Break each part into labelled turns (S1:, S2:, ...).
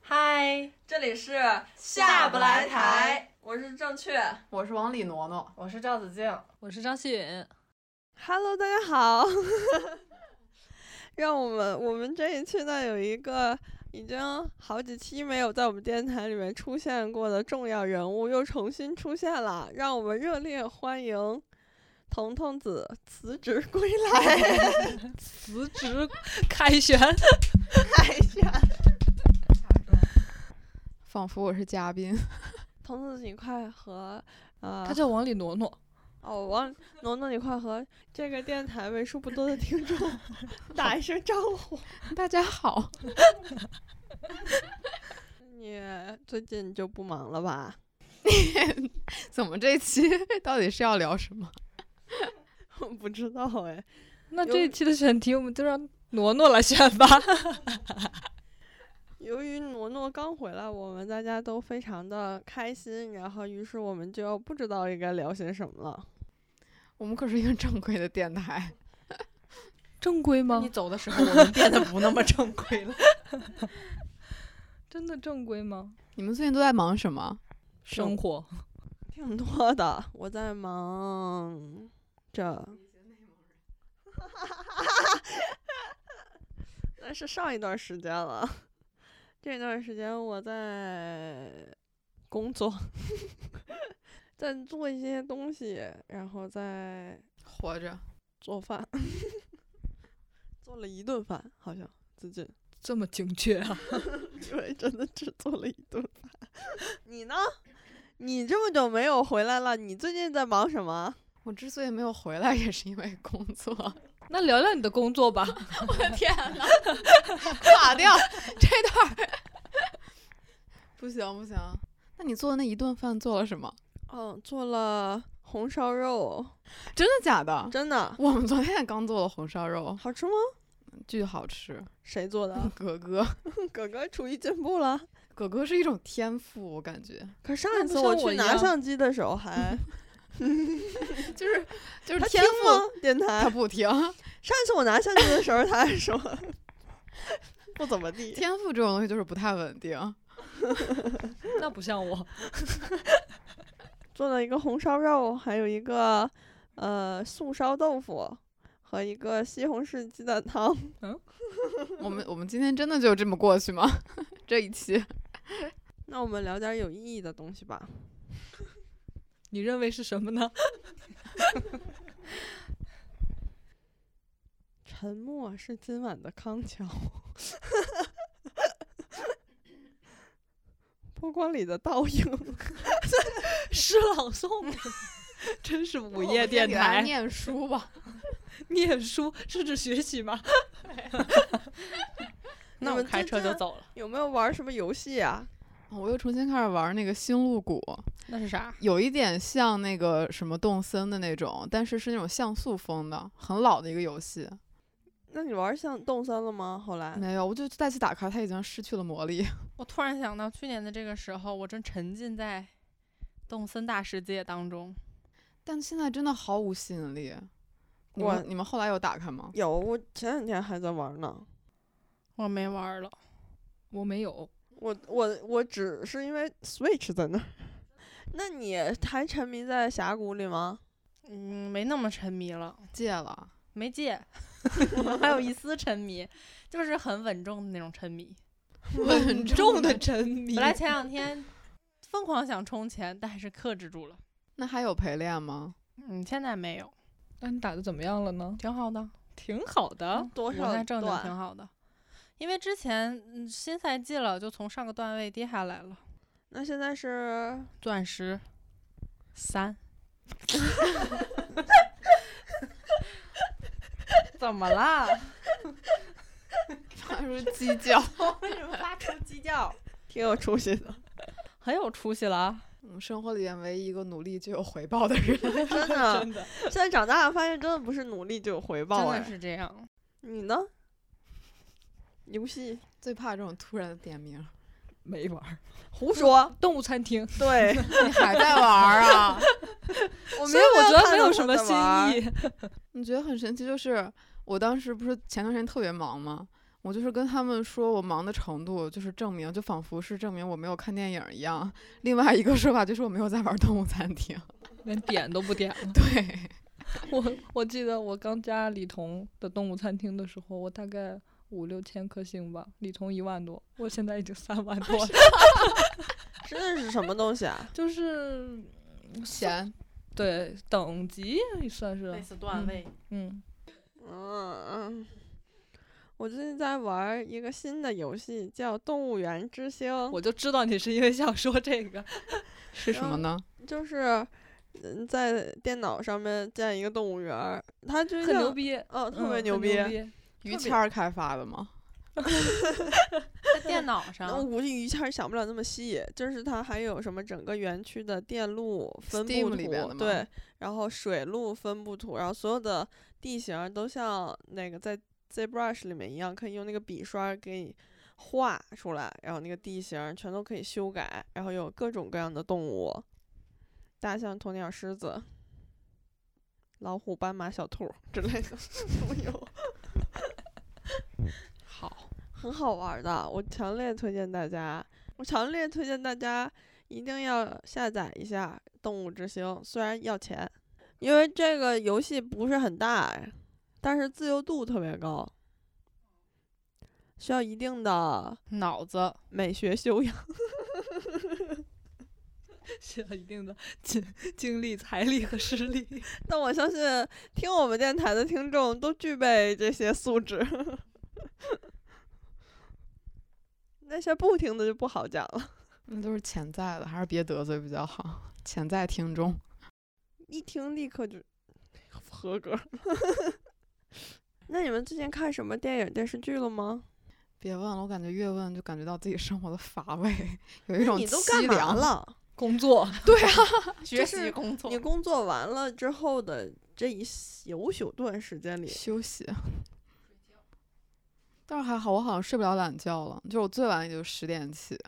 S1: 嗨，
S2: 这里是
S1: 下不来台，
S2: 我是正确。
S1: 我是王李挪挪，
S3: 我是赵子静，
S4: 我是张希允，
S5: Hello，大家好。 让我们我们这一期呢有一个已经好几期没有在我们电台里面出现过的重要人物又重新出现了，让我们热烈欢迎彤彤子辞职归来。
S4: 辞职凯旋，
S5: 哎呀，
S6: 仿佛我是嘉宾。
S5: 彤彤子，你快和呃
S4: 他叫王李挪挪，
S5: 哦王农农，你快和这个电台为数不多的听众打一声招呼。
S6: 大家好，
S5: 你最近就不忙了吧？
S6: 怎么这期 到底是要聊什么？
S5: 我 不知道哎。
S4: 那
S5: 有
S4: 这一期的选题我们就让挪挪来选吧。
S5: 由于挪挪刚回来，我们大家都非常的开心，然后于是我们就不知道应该聊些什么了。
S6: 我们可是一个正规的电台，
S4: 正规吗
S3: 你？走的时候，我们变得不那么正规了。
S4: 真的正规吗？
S6: 你们最近都在忙什么？
S4: 生活，
S5: 挺多的，我在忙着。 那是上一段时间了，这段时间我在工作， 在做一些东西，然后在
S6: 活着。
S5: 做饭， 做了一顿饭，好像最近。
S4: 这么精确啊？
S5: 因为真的只做了一顿饭。你呢？你这么久没有回来了，你最近在忙什么？
S6: 我之所以没有回来，也是因为工 作
S4: 那聊聊你的工作吧。
S6: 垮掉这段儿。 不行不行，那你做的那一顿饭做了什么？
S5: 嗯，做了红烧肉，
S6: 真的假的？
S5: 真的
S6: 我们昨天也刚做了红烧肉，
S5: 好吃吗？
S6: 巨好吃。
S5: 谁做的？啊
S6: 哥哥，
S5: 哥哥厨艺进步了。
S6: 哥哥是一种天赋，我感觉
S5: 可是上
S4: 那
S5: 一
S4: 不
S5: 次
S4: 像我
S5: 去
S4: 一
S5: 拿
S4: 样
S5: 相机的时候 还
S6: 就是就是
S5: 他听
S6: 天赋，
S5: 吗？电台
S6: 他不听。
S5: 上一次我拿相机的时候，他还说 不怎么地。
S6: 天赋这种东西就是不太稳定。
S4: 那不像我，
S5: 做了一个红烧肉，还有一个呃素烧豆腐和一个西红柿鸡蛋汤。
S6: 我们我们今天真的就这么过去吗？ 这一期
S5: 那我们聊点有意义的东西吧。
S4: 你认为是什么 呢？
S5: 沉默是今晚的康桥。 波光里的倒影，
S4: 诗朗诵， 真是午夜电
S6: 我们先给大家
S4: 台。
S6: 念书吧。
S4: 念书是指学习 吗？
S5: 你
S3: 那我
S5: 们
S3: 开
S5: 最
S3: 车就
S5: 近
S3: 走了。
S5: 有没有玩什么游戏啊？
S6: 哦我又重新开始玩那个星露谷，
S4: 那是啥？
S6: 有一点像那个什么动森的那种，但是是那种像素风的，很老的一个游戏。
S5: 那你玩像动森了吗？后
S4: 啊
S5: 来
S6: 没有，我就再去打开，它已经失去了魔力。
S3: 我突然想到，去年的这个时候，我正沉浸在动森大世界当中。
S6: 但现在真的毫无吸引力。你
S5: 我
S6: 们你们后来有打开吗？
S5: 有，我前两天还在玩呢。
S3: 我没玩儿了，
S4: 我没有，
S5: 我我我只是因为 Switch 在那儿。那你还沉迷在峡谷里吗？
S3: 嗯，没那么沉迷了，
S6: 戒了。
S3: 没戒， 还有一丝沉迷，就是很稳重的那种沉迷。
S4: 稳重的沉迷。
S3: 本来前两天疯狂想充钱，但还是克制住了。
S6: 那还有陪练吗？
S3: 嗯，现在没有，
S4: 那你打的怎么样了呢？
S3: 挺好的，
S4: 挺好的，
S5: 多
S3: 哦我
S5: 少
S3: 在正的
S5: 段？
S3: 挺好的。因为之前嗯新赛季了，就从上个段位跌下来了，
S5: 那现在是
S3: 钻石三。
S4: 怎么啦？
S6: 他说鸡 叫。
S3: 为什么发出鸡 叫？
S5: 挺有出息的，
S3: 很有出息了啊，
S6: 嗯，生活里面唯一一个努力就有回报的人。
S5: 真的。
S4: 的，
S5: 现在长大了，发现真的不是努力就有回
S1: 哦
S3: 真
S5: 报
S3: 的
S5: 哎。
S3: 是这样。
S5: 你呢？游戏
S6: 最怕这种突然的点名，
S4: 没玩儿。
S5: 胡说，
S4: 动物餐厅，
S5: 对，
S6: 你 还在玩儿啊？
S5: 我
S4: 所以我觉得没有什么新意。
S6: 你觉得很神奇，就是我当时不是前段时间特别忙吗？我就是跟他们说我忙的程度，就是证明，就仿佛是证明我没有看电影一样。另外一个说法就是我没有在玩动物餐厅。
S4: 连点都不点了。
S6: 对，
S4: 我我记得我刚加李彤的动物餐厅的时候，我大概五六千颗星吧，李彤一万多，我现在已经三万多 了，
S5: 真的是什么东西啊？
S4: 就是
S6: 钱
S4: 对等级算是
S1: 类似段位，
S4: 嗯，
S5: 嗯嗯，我最近在玩一个新的游戏，叫《动物园之星》，
S4: 我就知道你是因为想说这个，
S6: 是什么呢？
S5: 就是嗯在电脑上面建一个动物园儿，它就
S4: 很牛
S5: 像
S4: 逼，
S5: 哦，
S4: 嗯
S5: 特别
S4: 很牛
S5: 牛逼。
S6: 于谦儿开发的吗？
S3: 在电脑
S5: 那我
S1: 嗯
S3: 上，
S5: 估计一下儿想不了那么细，就是它还有什么整个园区的电路分布
S6: Steam
S5: 图，
S6: 里边的吗
S5: 对，然后水路分布图，然后所有的地形儿都像那个在 ZBrush 里面一样，可以用那个笔刷给你画出来，然后那个地形儿全都可以修改，然后有各种各样的动物，大象、鸵鸟、狮子、老虎、斑马、小兔儿之类的 都有，
S6: 好，
S5: 很 好玩儿的，我强烈推荐大家。我强烈推荐大家一定要下载一下《动物之星》，虽然要钱，因为这个游戏不是很大，哎但是自由度特别高，需要一定的
S3: 脑子
S5: 美学修养。
S4: 需要一定的精精力、财力和实力。
S5: 但我相信听我们电台的听众都具备这些素质， 那些不听的就不好讲了。
S6: 那嗯都是潜在的，还是别得罪比较好。潜在听众，
S5: 一听立刻就合格。 那你们最近看什么电影电视剧了吗？
S6: 别问了，我感觉越问就感觉到自己生活的乏味， 有一种
S5: 你都干
S6: 凄
S5: 嘛
S6: 凉。
S5: 了？
S4: 工作，
S3: 学
S5: 啊是
S3: 习工作
S5: 你，工作完了之后的这一有宿段时间里，
S6: 休息。 但是还好，我好像睡不了懒觉了，就是我最晚也就十点起，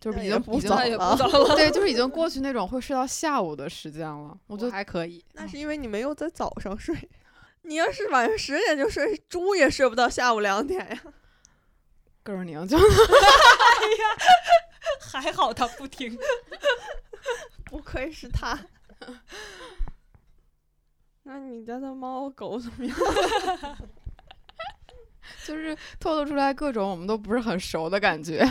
S6: 就是
S5: 那
S6: 已
S5: 也
S6: 经
S5: 不
S6: 已经
S5: 早
S4: 那也
S5: 了
S4: 不早啊了。
S6: 对，就是已经过去那种会睡到下午的时间了。我
S3: 我
S6: 就
S3: 还可以。
S5: 那是因为你没有在早上睡。 你要是晚上十点就睡，猪也睡不到下午两点呀。
S6: 跟着 拧，就
S4: 还好他不听。
S5: 不愧是 他。那你家的猫狗怎么样？
S6: 就是透露出来各种我们都不是很熟的 感觉。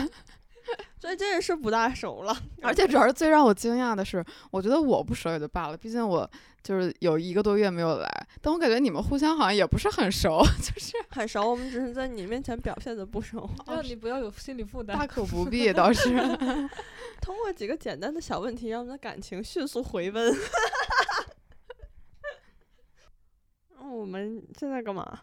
S5: 这真是不大熟了，
S6: 而且主要是最让我惊讶的是，我觉得我不熟也就罢了，毕竟我就是有一个多月没有来，但我感觉你们互相好像也不是很熟， 就是
S5: 很熟，我们只是在你面前表现的不熟。
S4: 让你不要有心理负
S6: 大
S4: 担。
S6: 可不必，倒是。
S5: 通过几个简单的小问题，让我们的感情迅速回温。 那我们现在干嘛？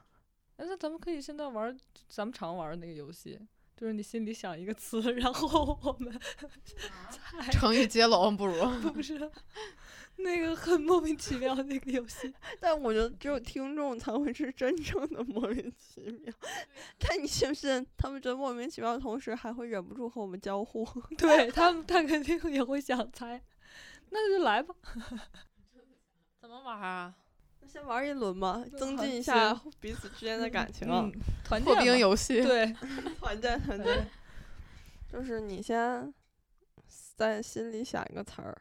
S4: 但哎是咱们可以现在玩儿咱们常玩儿的那个游戏，就是你心里想一个词，然后我们猜，
S6: 成语接 龙不如
S4: 不是那个很莫名其妙的那个游 戏。
S5: 但我觉得只有听众才会是真正的莫名其
S6: 啊
S5: 妙。 但你信不信，他们觉得莫名其妙的同时，还会忍不住和我们交互？
S4: 对他们，他肯定也会想猜，那就来吧。
S3: 怎么玩啊？
S5: 那先玩一轮吧，
S4: 嗯
S5: 增
S4: 好
S5: 进一下 彼此之间的感情啊
S4: 嗯。，团
S6: 破
S4: 建
S6: 冰
S4: 嘛
S6: 游 戏。
S4: 对，
S6: 嗯
S5: 团战团
S4: 嗯
S5: 战，就是你先在心里想一个词儿，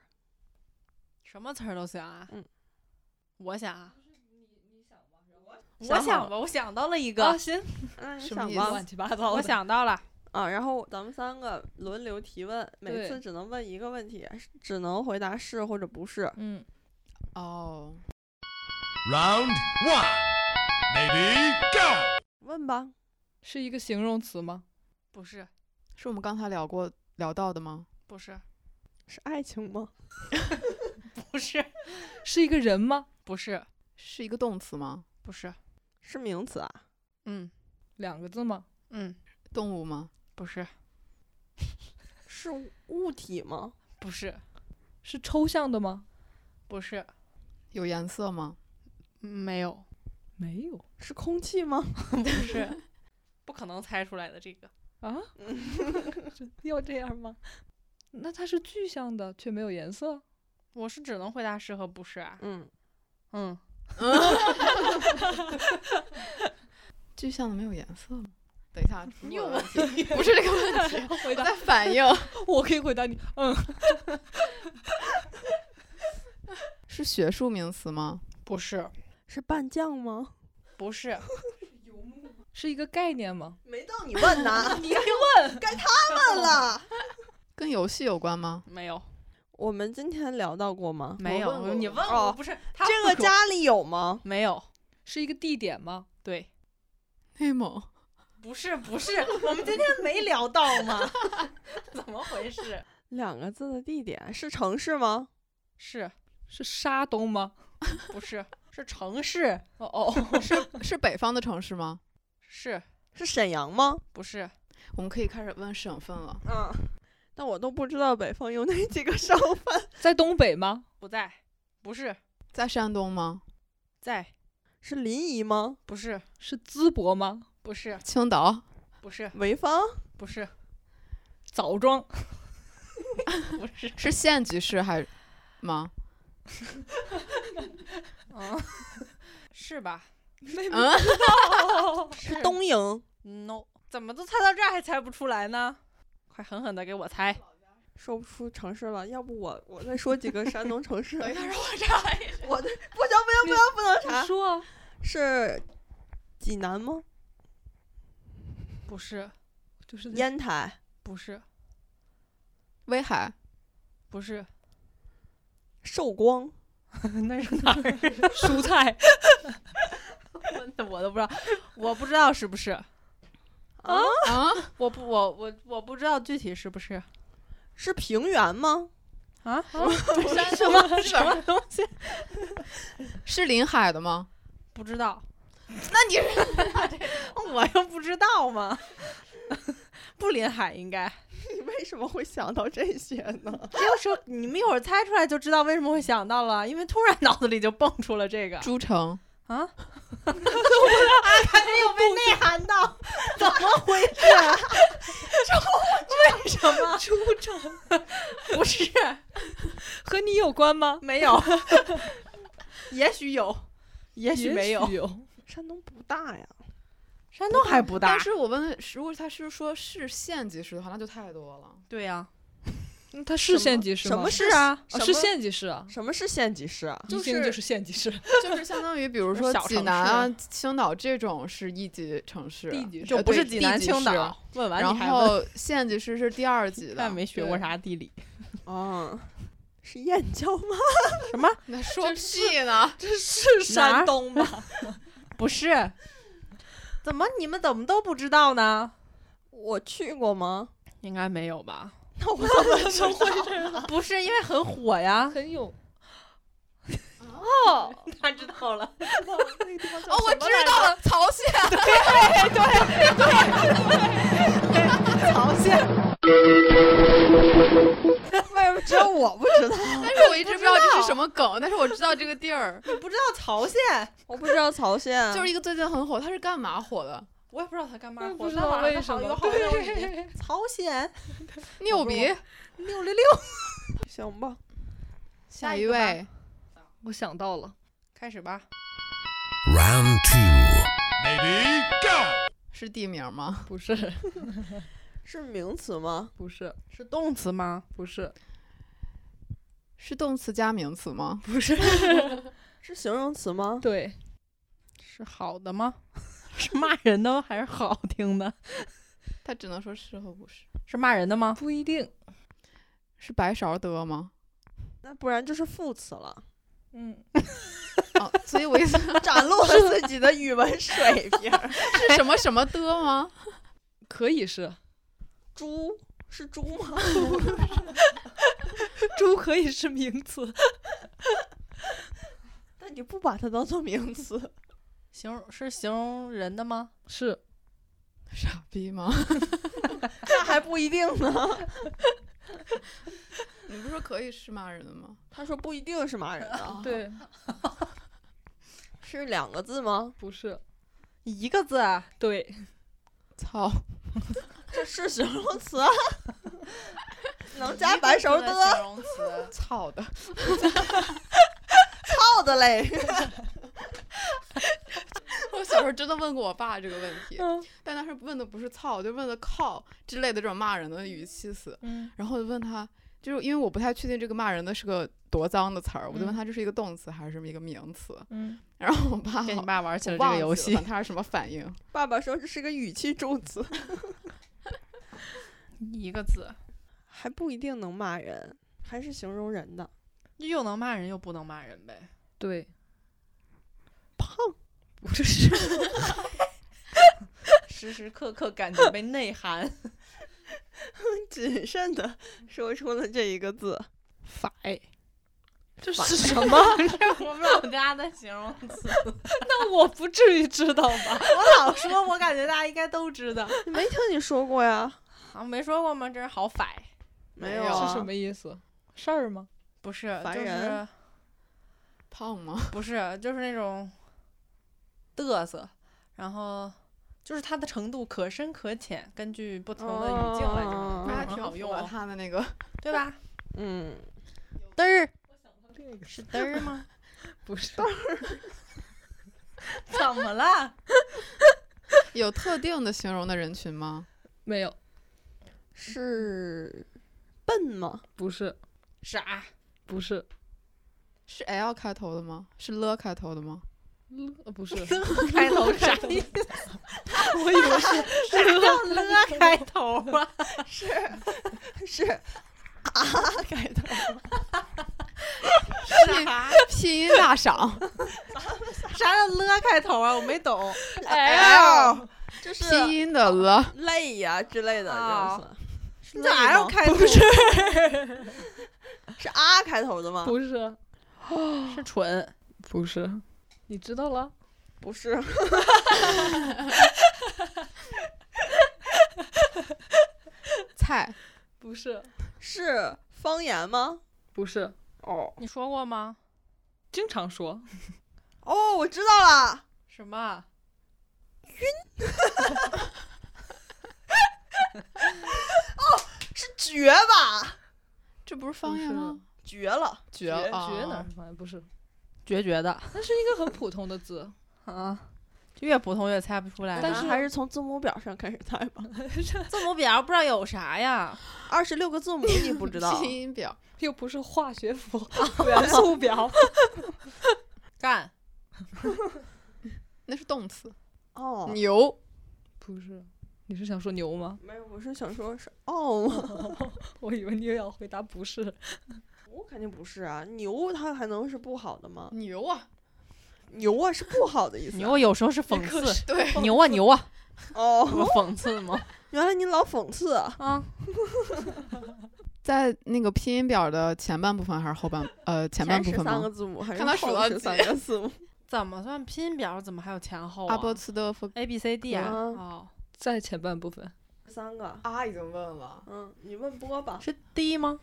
S3: 什么词儿都行啊。
S5: 嗯，
S3: 我想啊，
S5: 想
S3: 我
S5: 好
S3: 想吧，我想到了一
S4: 啊
S1: 哦
S3: 个，
S4: 行，
S5: 那你
S6: 嗯什
S5: 哎想
S6: 么意思
S5: 吧
S4: 乱七八糟的。
S3: 我想到了，
S5: 啊，然后咱们三个轮流提问，每
S4: 对
S5: 次只能问一个问题，是只能回答是或者不是。
S4: 嗯，
S6: 哦，
S7: Round one. Lady, go!
S5: 问吧，
S4: 是一个形容词吗？
S3: 不是，
S6: 是我们刚才聊过聊到的吗？
S3: 不是，
S5: 是爱情吗？
S3: 不是，
S4: 是一个人吗？
S3: 不是，
S6: 是一个动词吗？
S3: 不是，
S5: 是名词啊？
S3: 嗯
S4: 两个字吗？
S3: 嗯，
S6: 动物吗？
S3: 不是，
S5: 是物体吗？
S3: 不是，
S4: 是抽象的吗？
S3: 不是，
S6: 有颜色吗？
S3: 没有，
S4: 没有
S5: 是空气吗？
S1: 不是， 不可能猜出来的这个。
S4: 啊？要这样吗？那它是具象的，却没有颜色。
S1: 我是只能回答是和不是啊。
S5: 嗯，
S1: 嗯，
S6: 具象的没有颜色吗？等一下， 你有问题，不是这个问题，
S4: 回
S6: 我
S4: 答，
S6: 在反应，
S4: 我可以回答你。嗯，
S6: 是学术名词吗？
S1: 不是，
S5: 是拌酱吗？
S1: 不是，
S4: 是一个概念吗？
S5: 没到你问呐， 你该问，该他们了。
S6: 跟游戏有关吗？
S1: 没有，
S5: 我们今天聊到过吗？
S1: 没
S8: 我问过
S1: 有。你问我
S5: 哦
S1: 不是他
S5: 这
S1: 不
S5: 个
S1: 说
S5: 家里有吗？
S1: 没有？
S4: 是一个地点吗？
S1: 对，
S6: 内蒙
S1: 不是，不是，我们今天没聊到吗？ 怎么回事？
S5: 两个字的地点是城市吗？
S1: 是
S4: 是沙东吗？
S1: 不是是城市？
S4: 哦哦，
S6: 是北方的城市吗？
S1: 是
S5: 是沈阳吗？
S1: 不是？
S6: 我们可以开始问省份了。
S5: 嗯，但我都不知道北方有哪几个省份。
S4: 在东北吗？
S1: 不在，不是
S6: 在山东吗？
S1: 在，
S5: 是临沂吗？
S1: 不是
S4: 是淄博吗？
S1: 不是
S6: 青 岛、
S1: 不是
S5: 潍坊？
S1: 不是
S4: 枣庄
S1: 不是，
S6: 是县级市还吗？
S1: 嗯， 是吧？
S6: 嗯，
S1: 是
S5: 东营？
S1: no，怎么都猜到这儿还猜不出来呢？快狠狠的给我猜！
S5: 说不出城市了，要不我我再说几个山东城 市。
S6: 等一下让我
S5: 哎我的不行不行不行不能查，
S4: 说啊，
S5: 是济南吗？
S1: 不是
S4: 就是在
S5: 烟台？
S1: 不是
S6: 威 海、
S1: 不是，
S5: 寿光？
S1: 那是哪儿？
S4: 蔬菜
S1: 我我都不知道，我不知道是不是？
S6: 啊，
S1: 我不我我我不知道具体是不是
S5: 是平原吗？
S1: 啊？
S6: 山什么什么东西？是临海的吗？
S1: 不知 道，
S6: 那你是
S1: 我又不知道吗？ 不临海应该，
S5: 你为什么会想到这些 呢？
S1: 这个时候你们一会儿猜出来就知道为什么会想到了，因为突然脑子里就蹦出了这个
S6: 诸城，
S1: 啊，
S5: 还没有被内涵到，
S1: 怎么回事？
S5: 啊
S1: 为什么出城？ 不是
S4: 和你有关吗？
S1: 没 有，也许有，也许没有。
S4: 有。
S5: 山东不大呀。
S1: 山东还不大，
S6: 但是我问，如果他是说是县级市的话，那就太多了。
S1: 对呀、
S4: 那它是县级市吗？
S5: 什么
S4: 是
S5: 市
S4: 啊？
S5: 什
S4: 哦
S5: 么
S4: 是县级市啊。
S5: 什么是县级市 啊？
S6: 就
S4: 一听
S6: 是
S4: 就是县级 市，
S6: 就是相当于，比如说
S1: 小
S6: 济
S1: 城
S6: 南啊
S1: 市、
S6: 青岛这种是一级城市，
S4: 地级市
S1: 就不是
S6: 对
S1: 济南、
S6: 地级
S1: 青
S6: 市
S1: 岛。问完
S6: 然
S1: 你还问，
S6: 后县级市是第二级
S1: 但
S4: 啊
S6: 的。
S1: 没学过啥地理。
S5: 哦，是燕郊吗？
S6: 那说啊屁 呢？
S4: 这是
S1: 哪儿
S4: 山东吗？
S1: 不是，怎么你们怎么都不知道呢？
S5: 我去过吗？
S1: 应该没有吧？
S5: 那我怎么知道？
S1: 不是，因为很火呀。
S4: 很有
S1: 哦，他知道 了。
S5: 那个地方叫
S6: 哦，我知道了，曹县。
S5: 朝鲜。为什么只有我不知道？
S6: 但是我一直不知道这是什么梗，但是我知道这个地 儿，
S1: 你不知道曹县，
S5: 我不知道啊朝 鲜
S6: 就是一个最近很火，它是干嘛火的？
S1: 我也不知道他干嘛
S3: 嗯
S1: 火，
S4: 不知道为什么
S1: 有好有 你。曹县
S6: 牛逼！
S1: 六六六，
S5: 行吧。
S6: 下一位，
S4: 我想到了，
S1: 开始吧。
S7: Round two. Maybe go.
S6: 是地名吗？
S4: 不是，
S5: 是名词吗？
S4: 不是，
S1: 是动词吗？
S4: 不 是，
S6: 是动词加名词吗？
S4: 不是，
S5: 是形容词吗？
S4: 对，
S1: 是好的吗？ 是骂人的吗还是好听的？
S6: 它只能说是和不是。
S1: 是骂人的吗？
S4: 不一定，
S6: 是白勺的 吗？
S5: 那不然就是副词了，
S4: 嗯，
S6: 哦，所以我意 思是
S5: 展露了自己的语文水平。
S6: 什么什么的吗？
S4: 可以是，
S5: 猪是猪吗？
S4: 猪可以是名词，
S5: 但你不把它当做名词，
S1: 形容是形容人的吗？
S4: 是
S6: 傻逼吗？
S5: 那还不一定呢。
S6: 你不是说可以是骂人的吗？
S5: 他说不一定是骂人的，
S4: 对，
S5: 是两个字吗？
S4: 不是，
S1: 一个字啊，
S4: 对，
S6: 操，
S5: 这是形容词 啊，能加白手
S3: 一个字
S5: 的
S3: 形容词，
S6: 操的，
S5: 套的嘞。
S6: 我小时候真的问过我爸这个问
S5: 嗯
S6: 题，但当时问的不是操，就问的靠之类的这种骂人的语气词。
S4: 嗯
S6: 然后我就问他，就是因为我不太确定这个骂人的是个多脏的词儿，我就问他这是一个动词还是什么一个名词。
S4: 嗯，
S6: 然后我爸
S3: 跟你
S6: 好
S3: 爸玩起
S6: 我
S3: 了这
S6: 忘
S3: 个
S6: 记
S3: 游
S6: 了
S3: 戏。
S6: 他是什么反应？
S5: 爸爸说这是个语气助词，
S3: 一个字，
S5: 还不一定能骂人，还是形容人的。
S3: 又能骂人又不能骂人呗。
S4: 对，
S5: 胖
S4: 不是，
S1: 时时刻刻感觉被内 涵。
S5: 谨慎的说出了这一个字，
S4: 法哎
S1: 这是什么？这我们老家的形容词。
S4: 那我不至于知道吧？
S1: 我老哦说，我感觉大家应该都知道。
S5: 没听你说过呀？
S1: 啊，没说过吗？这是好反，
S5: 没
S6: 有
S5: 啊？
S4: 是什么意思？事儿吗？
S1: 不是，
S5: 烦
S1: 就
S5: 人
S1: 是
S6: 胖吗？
S1: 不是，就是那种嘚瑟，然后就是它的程度可深可浅，根据不同的语境来讲，
S5: 哦
S1: 那
S6: 那还
S1: 还
S6: 挺
S1: 挺好
S6: 符
S1: 用
S6: 合
S1: 啊，
S6: 他的那个，
S1: 对吧？
S5: 嗯，
S1: 嘚儿
S4: 这个
S1: 是嘚儿吗？
S4: 不是，
S1: 怎么了？
S6: 有特定的形容的人群吗？
S4: 没有，
S5: 是笨吗？
S4: 不是，
S1: 傻，
S4: 不是，
S6: 是 L 开头的吗？是了开头的吗？
S4: 呃不是，
S1: 开 头啥意思？我以为是啥叫了开头啊？
S5: 是
S1: 啥
S6: 拼音大赏，
S1: 啥叫了开头啊？我没懂。
S5: L，
S1: 这哎是
S6: 拼音的了，
S5: 累呀、之类的，
S1: 哦
S5: 就是
S1: 这
S5: 累吗
S1: L 开头，
S5: 是啊开头的吗？
S4: 不是，
S1: 是蠢。
S4: 不是，你知道了？
S5: 不是，
S6: 菜
S4: 不是，
S5: 是方言吗？
S4: 不是，
S5: 哦
S3: 你说过吗？
S4: 经常说，
S5: 哦，我知道了，
S1: 什么？
S5: 是绝吧？
S6: 这不是方言吗？
S5: 绝了，
S6: 绝啊！
S4: 绝哪是方言？不是，
S1: 绝绝的
S4: 那是一个很普通的字，
S1: 啊，越普通越猜不出来。
S4: 但
S5: 咱
S4: 是
S5: 还是从字母表上开始猜 吧。
S1: 字母表不知道有啥呀？
S5: 二十六个字母你不知道？
S6: 拼音表
S4: 又不是化学符 元素表，
S1: 干
S6: 那是动词，
S5: 哦，
S6: 牛
S4: 不是。你是想说牛吗？
S5: 没有，我是想说是哦吗？
S6: 嗯
S4: 我以为你又要回答不是。
S5: 我肯定不是啊，牛它还能是不好的吗？
S6: 牛啊！
S5: 牛啊是不好的意思啊。
S1: 牛有时候是讽刺，
S6: 对，
S1: 牛啊牛啊，这不
S5: 哦，
S1: 讽刺吗？
S5: 原来你老讽刺啊，
S1: 啊，
S6: 在那个拼音表的前半部分还是后半？呃，前半部
S5: 十
S6: 分
S5: 三
S6: 吗
S5: 个？字母还是
S6: 看他数
S5: 后
S6: 到
S5: 十
S6: 几
S5: 三个字母？
S1: 怎么算拼音表？怎么还有前后啊
S6: 阿波茨的夫
S1: ？A B C D 啊？
S5: 嗯
S1: 哦，
S4: 在前半部分，
S5: 十三个。
S6: 啊，已经问了，
S5: 嗯，你问波吧，
S1: 是 D 吗？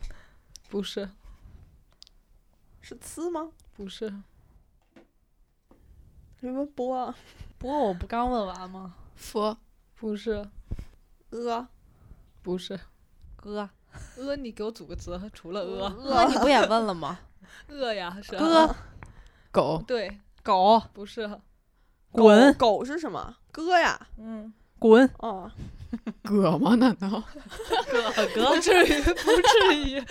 S4: 不是，
S5: 是呲吗？
S4: 不是，
S5: 你问波啊，
S1: 不过我不刚问完吗？
S6: 佛
S4: 不是，
S5: 呃，
S4: 不是。
S1: 哥，
S4: 呃，你给我组个词，除了呃，
S1: 哥你不也问了吗？
S4: 呃呀是啊。
S1: 哥，
S6: 狗
S4: 对，
S1: 狗，
S4: 不是，
S5: 狗
S1: 滚
S5: 狗是什么？哥呀，
S4: 嗯，
S1: 滚，
S5: 哦，
S6: 葛吗？难 道
S1: 哥哥，
S4: 至于不至于。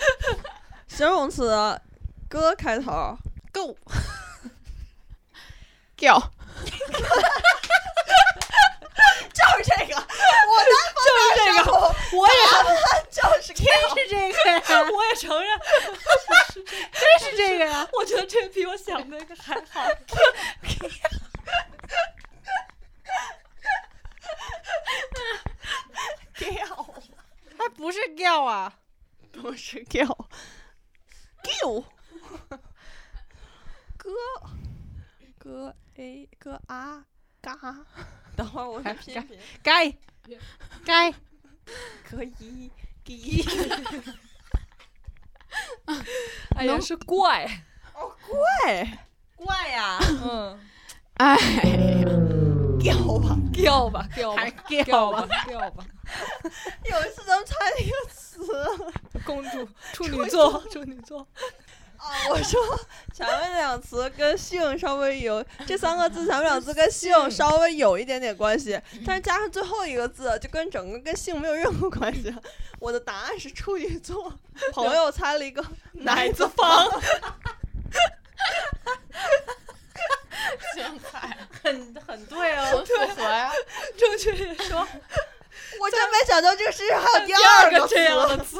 S5: 形容词，哥开头，
S6: 掉？
S5: 就是这个，我的就是这个，我也就是这个，
S1: 是这个呀，
S4: 我也承认，
S1: 是这个呀，
S4: 我觉得这比我想那个还好。
S1: 还不是掉啊？
S5: 不是 g i l g i l 哥哥 a 哥啊嘎，等会儿我去拼拼，
S1: 该，该，
S5: 可以给
S4: 哎呀，是怪。
S5: 对，
S1: 怪呀，
S4: 嗯，
S6: 哎，
S4: 掉吧，掉吧，掉吧
S1: 还，给
S4: 掉吧，掉吧！
S5: 有一次咱们猜了一个词
S4: 公主， 处女座，处女座，
S5: 啊，我说前面两词跟性稍微有，这三个字前面两字跟性稍微有一点点关系，但是加上最后一个字就跟整个跟性没有任何关系。我的答案是处女座，朋友猜了一个奶子房，
S3: 精彩，
S1: 很很对哦，
S3: 很符合呀。
S4: 正确说
S5: 我真没想到这个世上还有第二个词。
S4: 这样的词。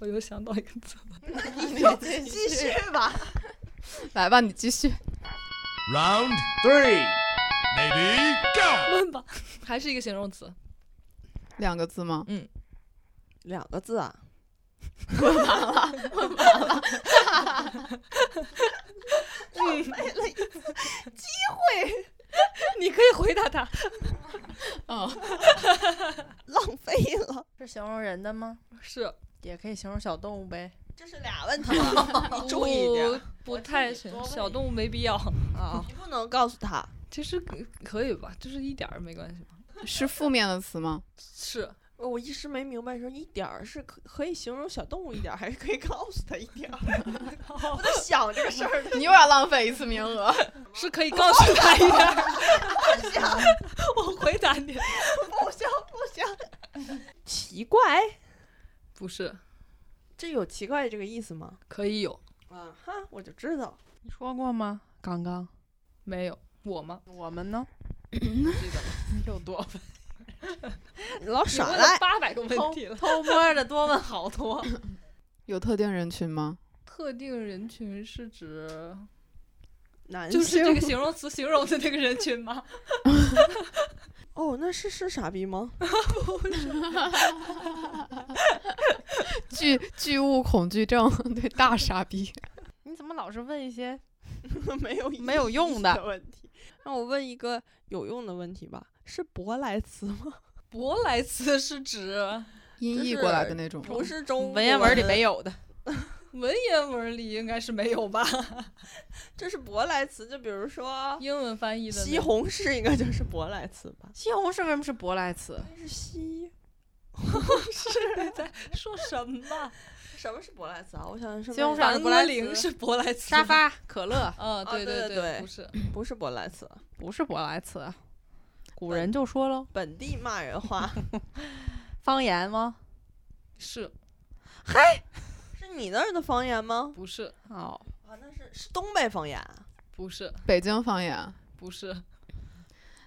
S4: 我又想到一个词，
S5: 你继续吧，
S6: 来吧，你继续。
S7: Round three. Maybe go.
S4: 问吧，还是一个形容词。
S6: 两个字吗？
S5: 两个字啊，
S4: 你可以回答他，
S6: 嗯，
S5: 浪费了，
S1: 是形容人的吗？
S4: 是
S1: 也可以形容小动物呗。
S5: 这是俩问 题了，你注意一点
S4: 哦不不太行，小动物没必要。
S5: 啊，你不能告诉他。
S4: 其实可可以吧，就是一点儿没关系嘛。
S6: 是负面的词吗？
S4: 是
S5: 我一时没明白，说一点儿是可可以形容小动物一点儿，还是可以告诉他一点儿？ 我在想这个事儿呢，
S6: 你又要浪费一次名额。
S4: 是可以告诉他一点儿。
S5: 不想
S4: 我回答你，
S5: 不想不想，奇怪，
S4: 不是
S5: 这有奇怪这个意思吗？
S4: 可以有
S5: 啊哈，我就知道，
S1: 你说过吗？刚刚
S4: 没有我吗？
S1: 我们呢？
S4: 不记得了。
S1: 又多
S5: 你老
S4: 你
S5: 耍
S4: 问
S5: 赖，
S4: 八百个问题了。
S1: 偷摸的多问好多。
S6: 有特定人群吗？
S4: 特定人群是指
S5: 男
S4: 就是
S5: 性
S4: 这个形容词形容的那个人群 吗？
S5: 哦，那是是傻逼吗？
S6: 巨巨物恐惧症，对，大傻逼。
S1: 你怎么老是问一些？
S5: 没有
S1: 没有用的
S5: 意义问题。让我问一个有用的问题吧，是舶来词吗？
S4: 舶来词是指
S6: 音译过来的那种。
S5: 不是中
S1: 文言文里没
S5: 有，
S1: 有的，
S4: 文言文里应该是没有吧？
S5: 这是舶来词，就比如说
S4: 英文翻译的
S5: 西红柿，应该就是舶来词吧？
S1: 西红柿为什么是舶来词？
S5: 是西。
S4: 是在说什么？
S5: 什么是舶来词啊？我想想是
S1: 西红柿
S4: 凡
S1: 是舶来
S4: 格林
S1: 词
S4: 是舶来词，
S1: 沙发、可乐
S4: 啊，对
S5: 对对对
S4: 对，不是
S5: 不是舶来词，
S1: 不是舶来词，啊古人就说喽，
S5: 本地骂 人话
S1: 方言吗？
S4: 是
S5: 是你那儿的方言吗？
S4: 不是
S1: 哦，
S5: 啊，那是是东北方言啊，
S4: 不是
S6: 北京方言。
S4: 不是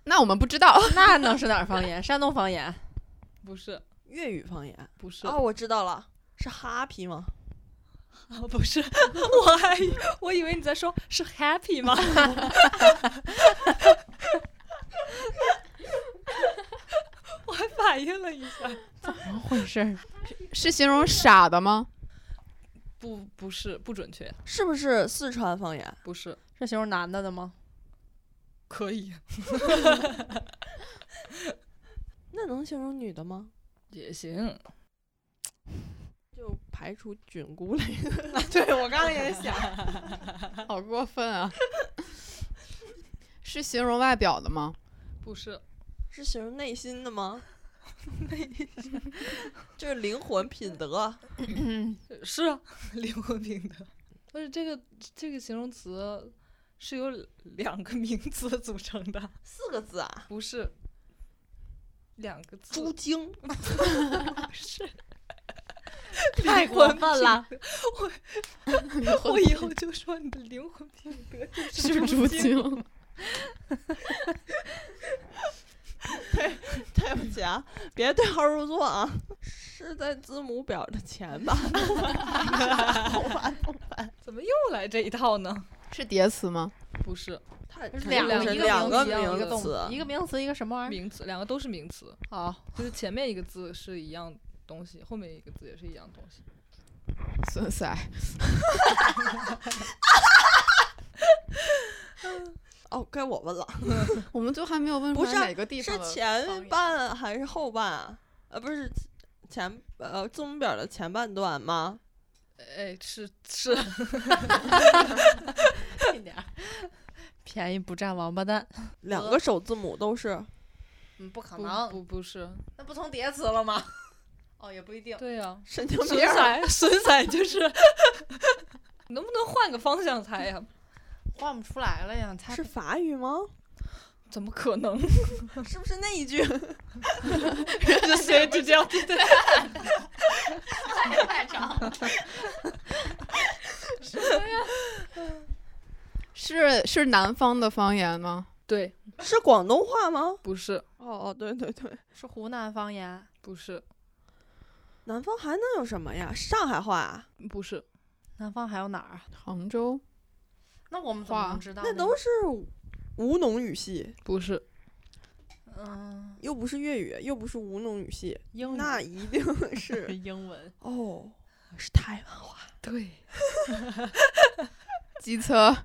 S6: 那我们不知道。
S1: 那能是哪儿方 言？山东方言。
S4: 不是
S5: 粤语方言。
S4: 不是
S5: 哦，我知道了，是哈皮吗？
S4: 啊，不是，我还以我以为你在说是 happy 吗？我还反应了一下，
S1: 怎么回事？
S6: 是形容傻的吗？
S4: 不，不是，不准确，
S5: 是不是四川方言？
S4: 不是，
S1: 是形容男的的吗？
S4: 可以
S5: 那能形容女的吗？
S4: 也行，
S5: 就排除菌菇类的。
S4: 对我刚刚也想，
S6: 好过分啊！ 是形容外表的吗？
S4: 不是，
S5: 是形容内心 的吗？ 就是灵魂品德，啊
S1: 嗯
S4: 是啊， 灵魂品德，但是这个这个形容词是由两个名词组成的，
S5: 四个字啊，
S4: 不是两个字，
S5: 猪精。
S4: 是
S1: 太过分了！
S4: 我以后就说你的灵魂品德就是
S6: 是猪精。
S5: 对不起啊，别对号入座啊，是在字母表的前 吧？
S4: 怎么又来这一套呢？
S6: 是叠词吗？
S4: 不是
S5: 它
S1: 这是
S5: 肯定
S1: 两
S5: 是
S1: 个
S5: 两
S1: 个
S5: 名
S1: 一个动
S5: 词，
S1: 一个名词，一个什么玩意
S4: 名词，两个都是名词，
S1: 儿？哦，
S4: 就是前面一个字是一样东西，后面一个字也是一样东西。
S6: 损塞。
S5: 哦，该我问了，
S6: 我们就还没有问出
S5: 不是
S6: 来
S5: 啊
S6: 哪个地
S5: 是
S6: 方的方
S5: 前
S6: 言
S5: 半还是后半啊？呃，不是前呃字母表的前半段吗？
S4: 哎哎，是是，
S1: 一点儿
S3: 便宜不占王八蛋。
S5: 两
S1: 鹅
S5: 个首字母都是
S1: 嗯，不可
S4: 不
S1: 能，
S4: 不不是，
S1: 那不成叠词了吗？哦，也不一定。
S4: 对啊呀、
S5: 神经
S4: 损
S5: 病啊儿。
S4: 色损色就是，能不能换个方向猜呀？
S1: 画不出来了呀，他
S5: 是法语吗？
S4: 怎么可能？
S5: 是不是那一句？
S4: 是谁直接
S2: 太长了。
S6: 是是南方的方言吗？
S4: 对，
S5: 是广东话吗？
S4: 不是
S5: 哦哦，对对对，
S1: 是湖南方言，
S4: 不是
S5: 南方还能有什么呀？上海话啊，
S4: 不是，
S1: 南方还有哪儿啊？
S6: 杭州
S1: 那我们怎么
S6: 话
S1: 能知道呢？
S5: 那都是吴侬语系，
S4: 不是，
S1: 嗯，
S5: 又不是粤语，又不是吴侬语系，
S1: 英语
S5: 那一定是
S1: 英文，
S5: 哦，是台湾话。
S4: 对，
S6: 机车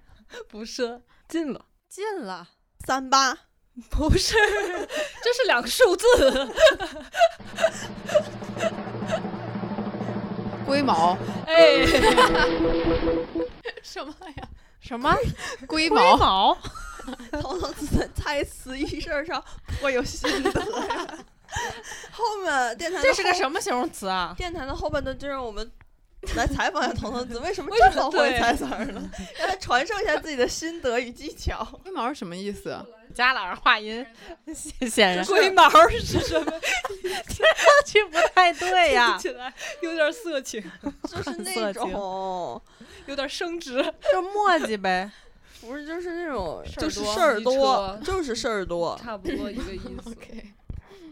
S4: 不是，进了，
S1: 近了。
S5: 三八，
S4: 不是，这是两个数字，
S6: 龟毛
S4: 哎，
S6: 什么呀？
S1: 什么？
S6: 龟
S1: 龟
S6: 毛
S1: 毛？
S5: 头头在猜词义事儿上颇有心得呀。 后面电台的
S1: 这是个
S5: 后
S1: 什么形容词 啊？
S5: 电台的后半段就让我们来采访一下彤彤子为什么
S4: 为什么
S5: 这么会
S4: 对
S5: 猜词儿呢？让他传授一下自己的心得与技巧。
S6: 龟毛是什么意思？啊
S1: 加了儿化 音，显显然
S4: 龟毛是什么？
S1: 这不太对呀
S4: 听。起来有点色情，
S5: 就是那
S1: 色情
S5: 种，
S4: 有点升职，
S1: 就墨迹呗。
S5: 不是就是那种，
S4: 事儿
S5: 就是
S4: 多
S5: 事儿
S4: 机
S5: 多，
S4: 车
S5: 就是事儿多，
S4: 差不多一个意思。
S6: OK，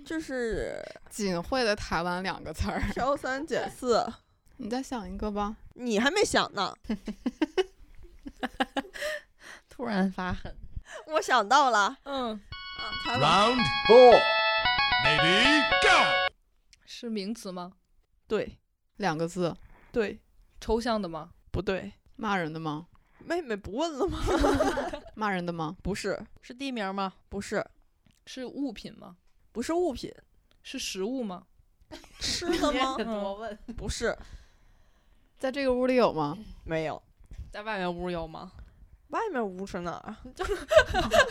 S5: 就是
S6: 仅会了台湾两个词儿。
S5: 挑三拣四。
S6: 你再想一个吧。
S5: 你还没想呢，
S1: 突然发狠，
S5: 我想到了，
S4: 嗯，
S5: 啊，台湾
S7: Round four. Lady, go.
S4: 是名词吗？
S5: 对
S6: 两个字，
S5: 对
S4: 抽象的吗？
S5: 不对？
S6: 骂人的吗？
S5: 妹妹不问了吗？
S6: 骂人的吗？
S5: 不是
S1: 是地名吗？
S5: 不是
S4: 是物品吗？
S5: 不是物品，
S4: 是食物吗？嗯
S5: 吃的吗？
S4: 多
S1: 问。
S5: 不是，
S6: 在这个屋里有吗？
S5: 没有。
S1: 在外面屋有吗？
S5: 外面屋是哪儿啊？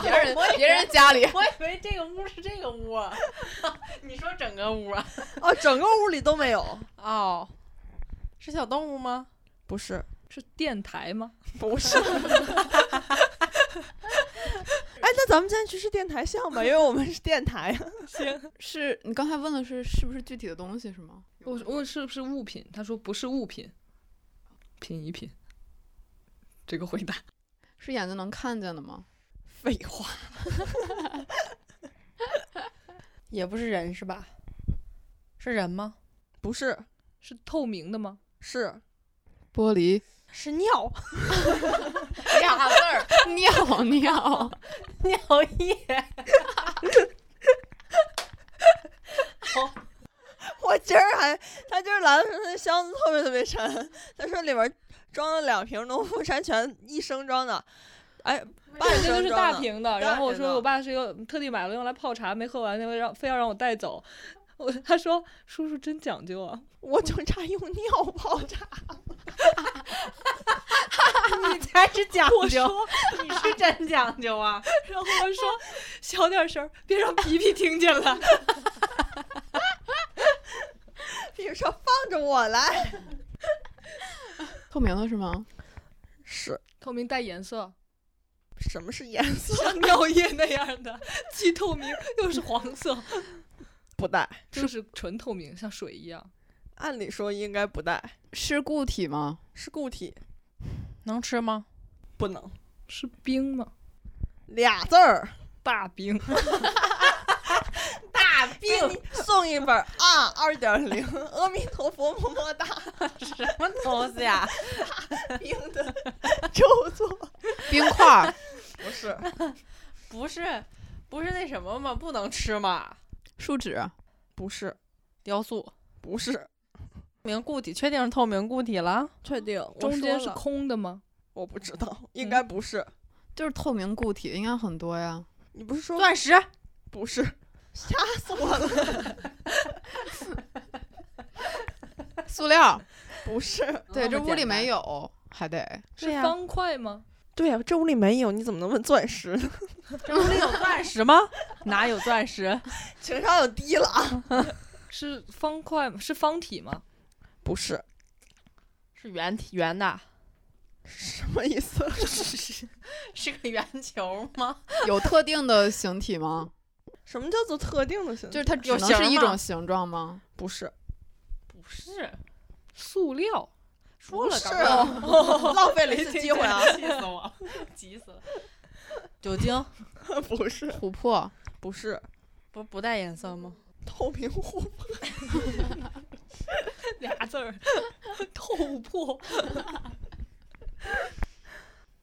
S6: 别人别人家里
S1: 我以为这个屋是这个屋啊， 你说整个屋啊？
S5: 哦，整个屋里都没有。
S1: 哦，是小动物吗？
S5: 不是，
S4: 是电台吗？
S5: 不是。 哎，那咱们今天去吃电台像吧，因为我们是电台 啊。
S6: 是你刚才问的是是不是具体的东西是吗？
S4: 我问是不是物品？他说不是物品，品一品。这个回答
S6: 是眼睛能看见的吗？
S5: 废话，
S1: 也不是人是吧？是人吗？
S5: 不是，
S4: 是透明的吗？
S5: 是
S6: 玻璃
S1: 是尿
S6: 俩字儿， 尿尿。
S1: 尿液。
S5: 我今儿还，他今儿来的时候，那箱子特别特别沉，他说里面装了两瓶农夫山泉，一升装的，哎，半
S4: 那就
S5: 升
S4: 是
S5: 装
S4: 大
S5: 的。
S4: 瓶的。
S5: 大
S4: 然后我
S5: 瓶
S4: 说
S5: 的
S4: 我爸是要特地买了用来泡茶，没喝完，那个让非要让我带走。我他说叔叔真讲究啊，
S5: 我就差用尿泡茶，
S1: 你才是讲
S4: 我
S1: 究
S4: 说，
S1: 你是真讲究啊！
S4: 然后我说小点声儿，别让皮皮听见了。
S5: 比如说放着我来。
S6: 透明的是吗？
S5: 是，
S4: 透明带颜色，
S5: 什么是颜色？
S4: 像尿液那样的，既透明又是黄色，
S5: 不带，
S4: 就是纯透明，像水一样。
S5: 按理说应该不带，
S6: 是固体吗？
S5: 是固体，
S1: 能吃吗？
S5: 不能。
S4: 是冰吗？
S5: 俩字儿，
S4: 大冰。
S1: 大
S5: 给
S4: 哎
S5: 你送一本儿啊二点零，阿弥陀佛么么哒，
S1: 什么东西啊？
S5: 冰的 咒作
S6: 冰块儿
S5: 不是，
S1: 不是，不是那什么吗？不能吃吗？
S6: 树脂，
S5: 不是，
S1: 雕塑。
S5: 不是，
S1: 明固体，确定是透明固体了？
S5: 确定？
S4: 中间是，空的吗？
S5: 我不知道，应该不是。
S6: 就是透明固体，应该很多呀。
S5: 你不是说
S1: 钻石，
S5: 不是？吓死我了！
S6: 塑料，
S5: 不是，
S6: 对，这屋里没
S1: 有。
S6: 嗯有，还得
S1: 对
S4: 是
S1: 呀
S4: 方块吗？
S5: 对呀、这屋里没有，你怎么能问钻石呢？
S1: 这屋里有钻石吗？哪有钻石？
S5: 情商又低了啊！
S4: 是方块吗？是方体吗？
S5: 不是
S1: 是圆体圆的，
S5: 什么意思？
S1: 是个圆球吗？
S6: 有特定的形体吗？
S5: 什么叫做特定的形
S6: 就
S5: 状？
S6: 是它只
S1: 有
S6: 能
S1: 形
S6: 是一
S1: 吗
S6: 种形状吗？
S5: 不是
S1: 不是，
S4: 塑料。
S1: 说了
S5: 不
S1: 搞
S5: 是
S1: 不好
S5: 啊 浪费了一次机会啊！
S1: 气死我，急死了。酒精
S5: 不是
S6: 琥珀、
S5: 不是
S1: 不不带颜色吗？
S5: 透明户，
S4: 俩字 儿，透破。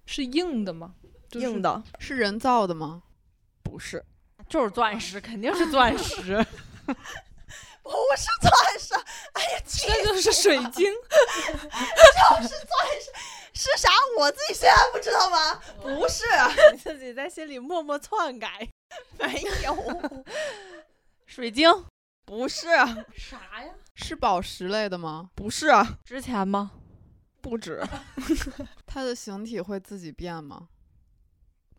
S4: 是硬的吗？就是、
S5: 硬。的
S6: 是人造的吗？
S5: 不是
S1: 就是钻石，肯定是钻石。
S5: 不是钻石，
S4: 那就是 水晶。
S5: 是啥？我自己现在不知道吗？不 是，
S1: 你 自己在心里默默篡改。
S5: 没有，
S1: 水晶
S5: 不是啊
S1: 啥呀？
S6: 是宝石类的吗？
S5: 不是啊
S1: 值钱吗？
S5: 不止，
S6: 它的形体会自己变吗？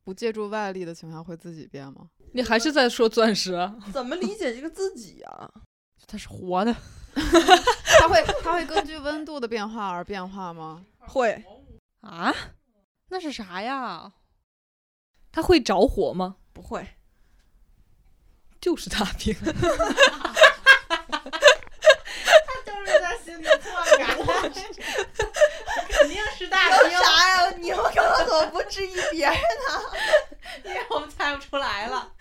S6: 不借助外力的情况下会自己变吗？
S4: 你还是在说钻石啊？
S5: 怎么理解这个自己啊？
S1: 它是活的，
S6: 它会它会根据温度的变化而变化吗？
S5: 会
S1: 啊，那是啥呀？
S4: 它会着火吗？
S5: 不会？
S4: 就是大饼。
S1: 就是在心里篡改， 肯定是大
S5: 有啥呀？你们刚刚怎么不质疑别人？
S1: 因为我们猜不出来了。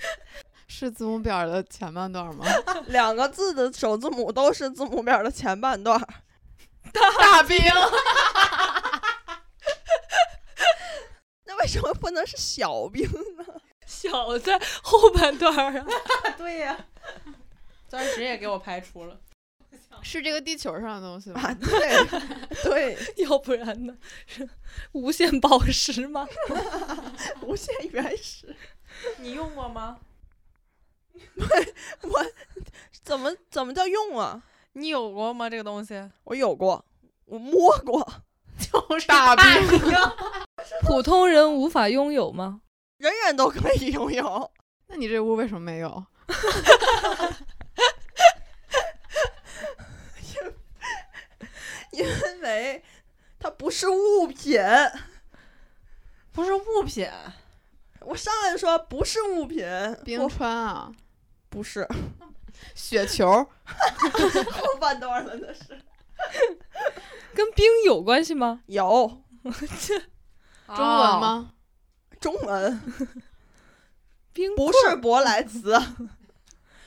S6: 是字母表的前半段吗？
S5: 两个字的首字母都是字母表的前半段儿，
S6: 大兵，
S5: 那为什么不能是小兵呢？
S4: 小在后半段儿啊。
S1: 对呀、 钻石也给我排除了。
S6: 是这个地球上的东西吗？
S5: 啊，对对，
S4: 要不然呢？是无限宝石吗？
S5: 无限原始，
S1: 你用过吗？
S5: 怎么怎么叫用啊？
S1: 你有过吗？这个东西？
S5: 我有过，我摸过，
S1: 就是
S6: 大
S1: 大
S6: 饼
S1: 饼
S4: 普通人无法拥有吗？
S5: 人人都可以拥有。
S6: 那你这屋为什么没有？
S5: 因为它不是物品。
S1: 不是物品，
S5: 我上来就说不是物品，
S6: 冰
S5: 我
S6: 川啊，
S5: 不是
S6: 雪球，
S5: 后半段了，那是
S4: 跟冰有关系吗？
S5: 有
S1: 中
S6: 中
S1: 啊
S6: 文？吗？
S5: 中文，
S4: 冰
S5: 不
S4: 棍
S5: 是
S4: 儿
S5: 舶来词，啊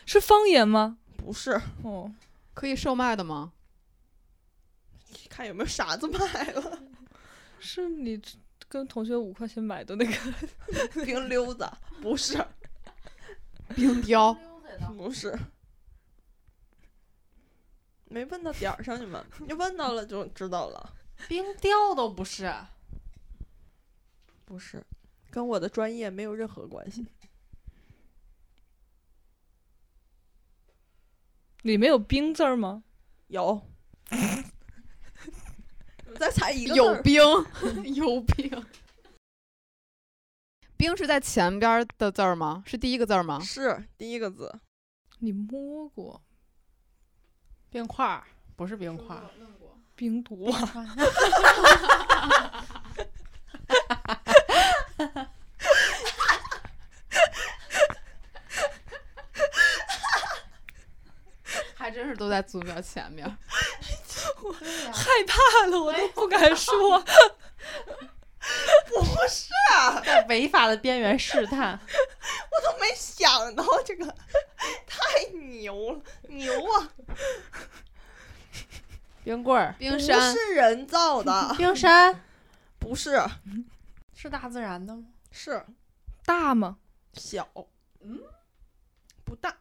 S4: 是方言吗？
S5: 不是，
S4: 哦，
S6: 可以售卖的吗？
S5: 看有没有傻子卖了，
S4: 是你跟同学五块钱买的那个。
S5: 冰溜子啊不是，
S6: 冰雕，
S5: 不是，没问到点儿上，你们，你问到了就知道了。
S1: 冰雕都不是。
S5: 不是，跟我的专业没有任何关系。
S4: 里面有冰字儿吗？
S5: 有，我 再猜 一个字
S6: 有
S5: 儿
S6: 冰， 有冰。冰是在前边儿的字儿吗？是第一个字儿 吗？
S5: 是第一个字，
S4: 你摸过
S1: 冰块儿不是冰块儿，
S4: 冰毒啊？
S6: 还真是都在祖表前面儿。
S4: 害怕了，我都不敢 说。
S1: 在违法的边缘试探。
S5: 我都没 想到这个，太牛了，牛啊！
S1: 冰棍儿、
S6: 冰
S5: 不
S6: 山
S5: 是人造的，
S1: 冰山
S5: 不是，
S1: 是大自然的吗？
S5: 是
S4: 大吗？
S5: 小，嗯，不大，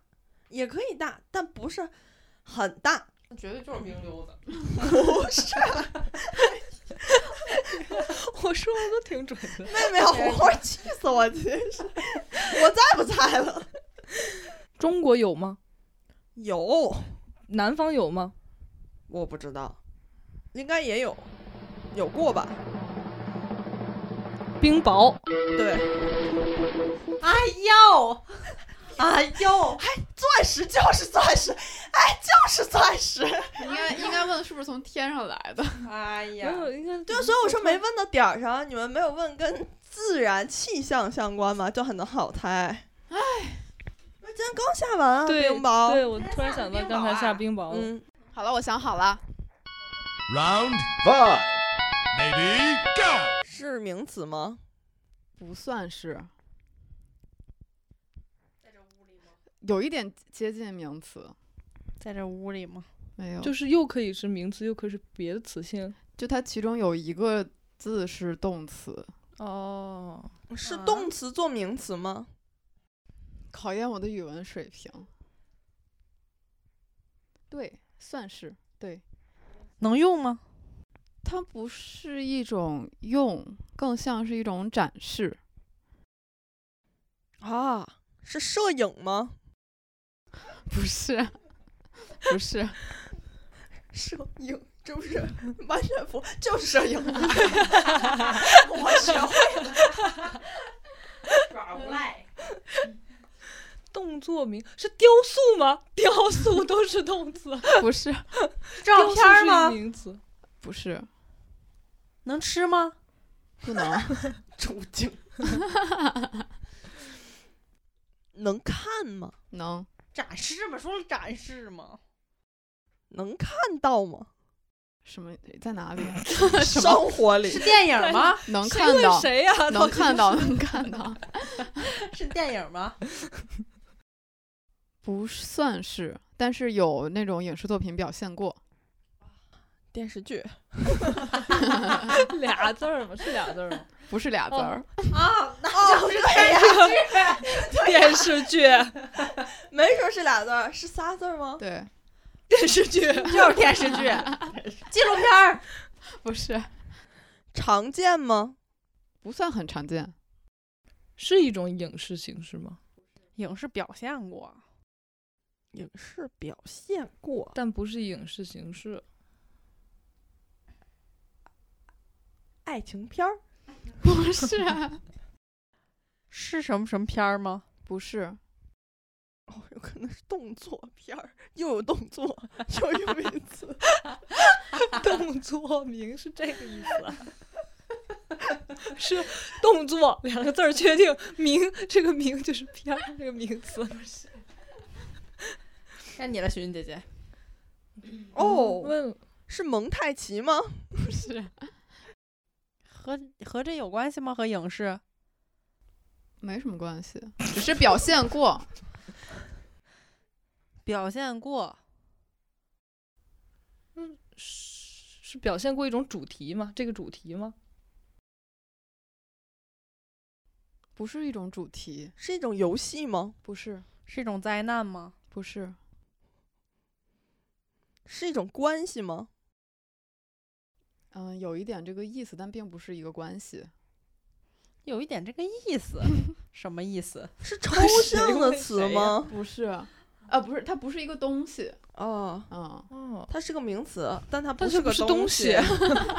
S5: 也可以大，但不是很大。
S1: 绝对就是冰溜子。
S5: 不是，
S4: 我说的都挺准的。
S5: 妹 妹要活活气死我！真是，我再不猜了。
S4: 中国有吗？
S5: 有，
S4: 南方有吗？
S5: 我不知道，应该也有，有过吧？
S4: 冰雹，
S5: 对，
S1: 哎 呦，哎呦，
S5: 钻石就是钻石，哎，就是钻石。
S6: 应该应该问是不是从天上来的？
S1: 哎
S4: 没
S1: 呀，
S4: 有啊应该
S5: 对，啊所以我说没问到点儿上，你们没有问跟自然气象相关嘛，就很能好猜。哎，那今天刚下完啊，
S4: 对
S5: 冰雹。
S4: 对我突然想到
S2: 冰
S4: 刚
S2: 雹
S4: 才
S2: 啊
S4: 下哎冰雹了，
S5: 嗯，
S6: 好了，我想好了，
S7: Round five. Maybe go.
S5: 是名词吗？
S6: 不算是。有一点接近名词，
S3: 在这屋里吗？
S6: 没有，
S4: 就是又可以是名词，又可以是别的词性。
S6: 就它其中有一个字是动词，
S4: 哦，
S5: 是
S1: 啊
S5: 动词做名词吗？
S6: 考验我的语文水平。对，算是对。
S3: 能用吗？
S6: 它不是一种用，更像是一种展示。
S5: 啊，是摄影吗？
S6: 不是，不是，
S5: 摄影，这不是完全不就是摄影我学会
S2: 耍无赖，
S4: 动作名是雕塑吗？雕塑都是动 词，
S6: 不是，
S4: 雕
S1: 照
S4: 塑
S1: 片儿
S4: 是一
S1: 吗？
S4: 名词。
S6: 不是，
S1: 能吃吗？
S6: 不能
S5: 出镜。能看吗？
S6: 能。
S1: 展示嘛，说了展示嘛，
S5: 能看到吗？
S6: 什么在哪里？什么
S5: 生活里
S1: 是电影吗？
S6: 能
S4: 谁
S6: 看
S4: 问
S6: 到？
S4: 谁呀、
S6: 能看到，能看到。
S1: 是电影吗？
S6: 不算是，但是有那种影视作品表现过。
S5: 电视剧。
S4: 俩字儿吗？是俩字儿吗？
S6: 不是俩字
S4: 哦
S6: 儿，
S1: 啊，
S5: 哦，
S1: 就是
S5: 对呀，
S4: 电视 剧，
S5: 没说是俩字儿，是仨字儿 吗？
S6: 对，
S4: 电视剧，
S1: 就是电 视剧、纪录片儿，
S6: 不是，
S5: 常见吗？
S6: 不算很常见。
S4: 是一种影视形式吗？
S3: 影视表现过，
S5: 影视表现过，
S4: 但不是影视形式，
S5: 爱情片儿，
S6: 不是啊，
S3: 是什么什么片儿吗？
S6: 不是，
S5: 哦，有可能是动作片儿，又有动作，又有名 词。
S4: 动作名是这个意思、啊。 是动作两个字儿确定，名这个名就是片儿这个名词。
S1: 该你了，徐云姐姐。
S5: 哦，
S4: 问
S5: 是蒙太奇吗？
S6: 不是，
S3: 和和这有关系吗？和影视
S6: 没什么关 系，只是表现过。
S3: 表现过，
S4: 嗯是是表现过一种主题吗？这个主题吗？
S6: 不是一种主题，
S5: 是一种游戏吗？
S6: 不是，
S3: 是一种灾难吗？
S6: 不是，
S5: 是一种关系吗？
S6: 嗯、有一点这个意思，但并不是一个关系。
S3: 有一点这个意 思，什么意思？
S5: 是抽象的词吗？
S6: 不是，啊，不是，它不是一个东西，
S5: 哦，
S6: 嗯，
S4: 哦，
S5: 它是个名词，但它
S4: 但
S5: 是
S4: 不
S5: 个
S4: 是东
S5: 西。。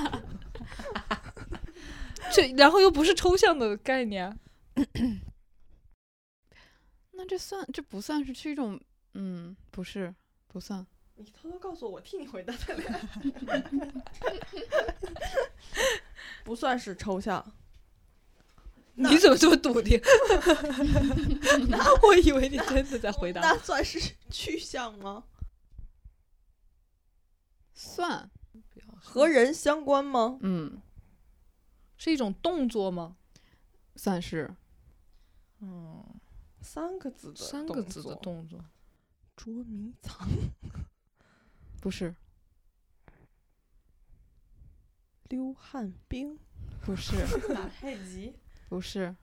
S4: 这然后又不是抽象的概念，啊
S6: 那这算这不算是是一种，嗯，不是，不算，
S5: 你偷偷告诉我，我替你回答他俩。 不算是抽象，
S4: 你怎么这么笃定？ 我以为你真的在回答
S5: 那。算是具象吗？
S6: 算，
S5: 和人相关吗？
S6: 嗯，
S4: 是一种动作吗？
S6: 算是，
S4: 嗯，
S5: 三个字的
S4: 三个字的
S5: 动作，
S4: 动作，
S5: 捉迷藏，
S6: 不是，
S5: 溜旱冰，
S6: 不是，
S1: 打太极？
S6: 不是，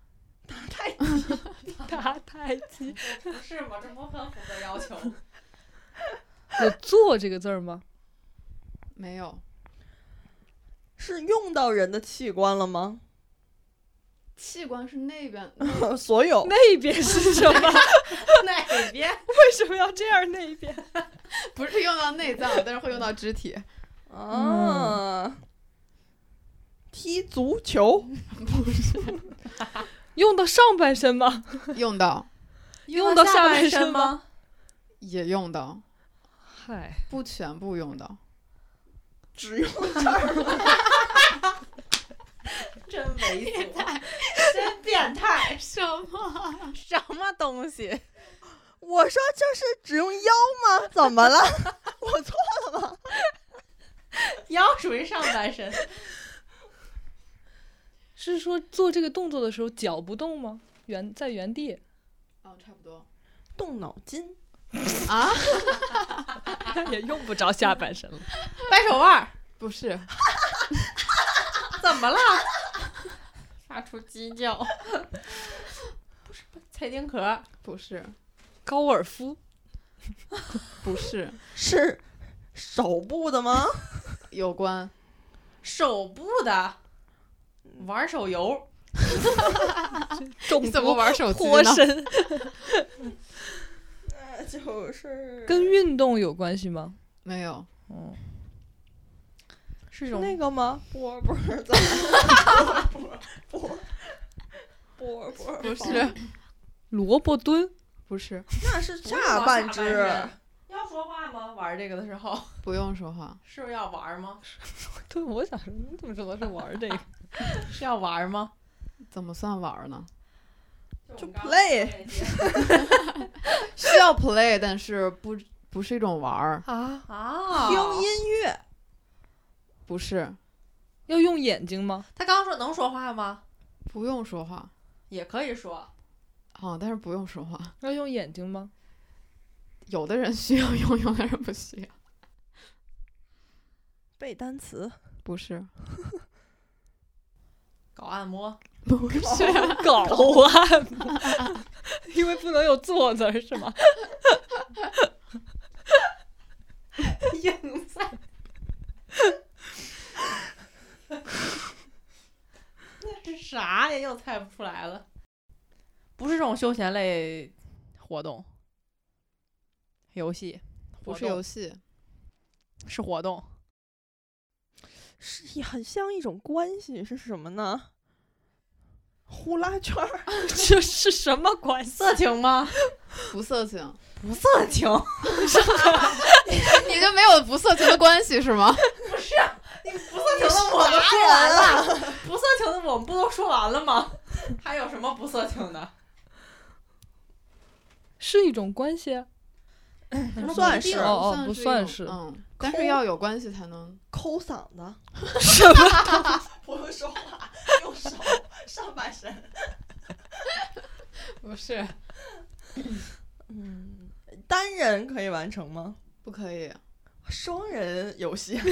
S4: 打太极
S1: 不是吗？这不很符合要求。
S4: 有“做”这个字儿吗？
S6: 没有，
S5: 是用到人的器官了吗？
S6: 器官是那边，
S5: 所有
S4: 那边是什 么？
S1: 哪边？
S4: 为什么要这样？那边
S6: 不
S5: 嗯
S6: 是用到内脏，但是会用到肢体。
S5: 啊，踢足球，
S4: 用到上半身吗？
S6: 用到
S4: 用到下半身吗？
S2: 吗？
S6: 也用到，
S4: 嗨，
S6: 不全部用到。
S5: 只用
S2: 真猥琐，真变态！
S6: 什么？
S1: 什么东西？
S5: 我说这是只用腰吗？怎么了？我错，
S1: 腰属于上半身，
S4: 是说做这个动作的时候脚不动吗？原在原地。
S6: 哦，差不多
S5: 动脑筋，
S6: 啊，
S4: 也用不着下半身了。
S1: 掰手腕儿，
S6: 不是，
S1: 怎么了？发出鸡叫，不是菜丁壳，
S6: 不是，
S4: 高尔夫
S6: 不 是，
S5: 是手部的吗？
S6: 有关
S1: 手部的，玩手游，
S4: 中
S6: 你
S4: 毒
S6: 怎么玩手机
S4: 脱
S6: 呢？
S4: 身，
S5: 那呃就是
S4: 跟运动有关系吗？嗯
S6: 没有，
S1: 是一
S5: 是
S1: 种
S5: 那个吗？波波在， 波波波波
S6: 不是，
S4: 萝卜蹲，
S6: 不是，
S5: 那是
S1: 不是往
S5: 下半
S1: 身
S5: 肢，
S1: 要说话吗？玩这个的时候
S6: 不用说话，
S1: 是不是要玩吗？
S4: 对，我想说你怎么知道是玩这个？
S1: 是要玩吗？
S6: 怎么算玩呢？
S5: 就
S2: 就
S5: play
S6: 需要 play，但是不不是一种玩儿，
S5: 啊，
S1: 啊，
S5: 听音乐，
S6: 不是，
S4: 要用眼睛吗？
S1: 他刚刚说能说话吗？
S6: 不用说话，
S1: 也可以说，
S6: 啊，但是不用说话。
S4: 要用眼睛吗？
S6: 有的人需要用，有的人不需要。
S5: 背单词，
S6: 不 是，
S1: 搞按摩，
S6: 不是，
S4: 搞啊，因为不能有坐字儿是吗？
S1: 硬塞。 那是啥呀？又猜不出来了。不是这种休闲类活动，游戏
S6: 不
S1: 活
S6: 是
S1: 动
S6: 游戏，
S1: 是活动，
S5: 是一很像一种关系是什么呢？呼啦圈儿，
S4: 这是什么关系？
S1: 色情吗？
S6: 不色情，
S1: 不色 情，
S6: 你就没有不色情的关系是吗？
S1: 不色情的我们说完了，不色情的我们不都说完了吗？还有什么不色情的？
S4: 是一种关系？啊
S5: 不算是
S6: 哦
S4: 哦
S6: 哦，
S4: 不
S6: 算
S4: 算
S6: 是
S4: 是
S6: 一种，嗯，但是要有关系才能。
S5: 抠嗓子，
S4: 什么？
S5: 不用说话，用手上半身。
S6: 不是，
S5: 嗯，单人可以完成吗？
S6: 不可以，
S5: 双人游戏，
S1: 就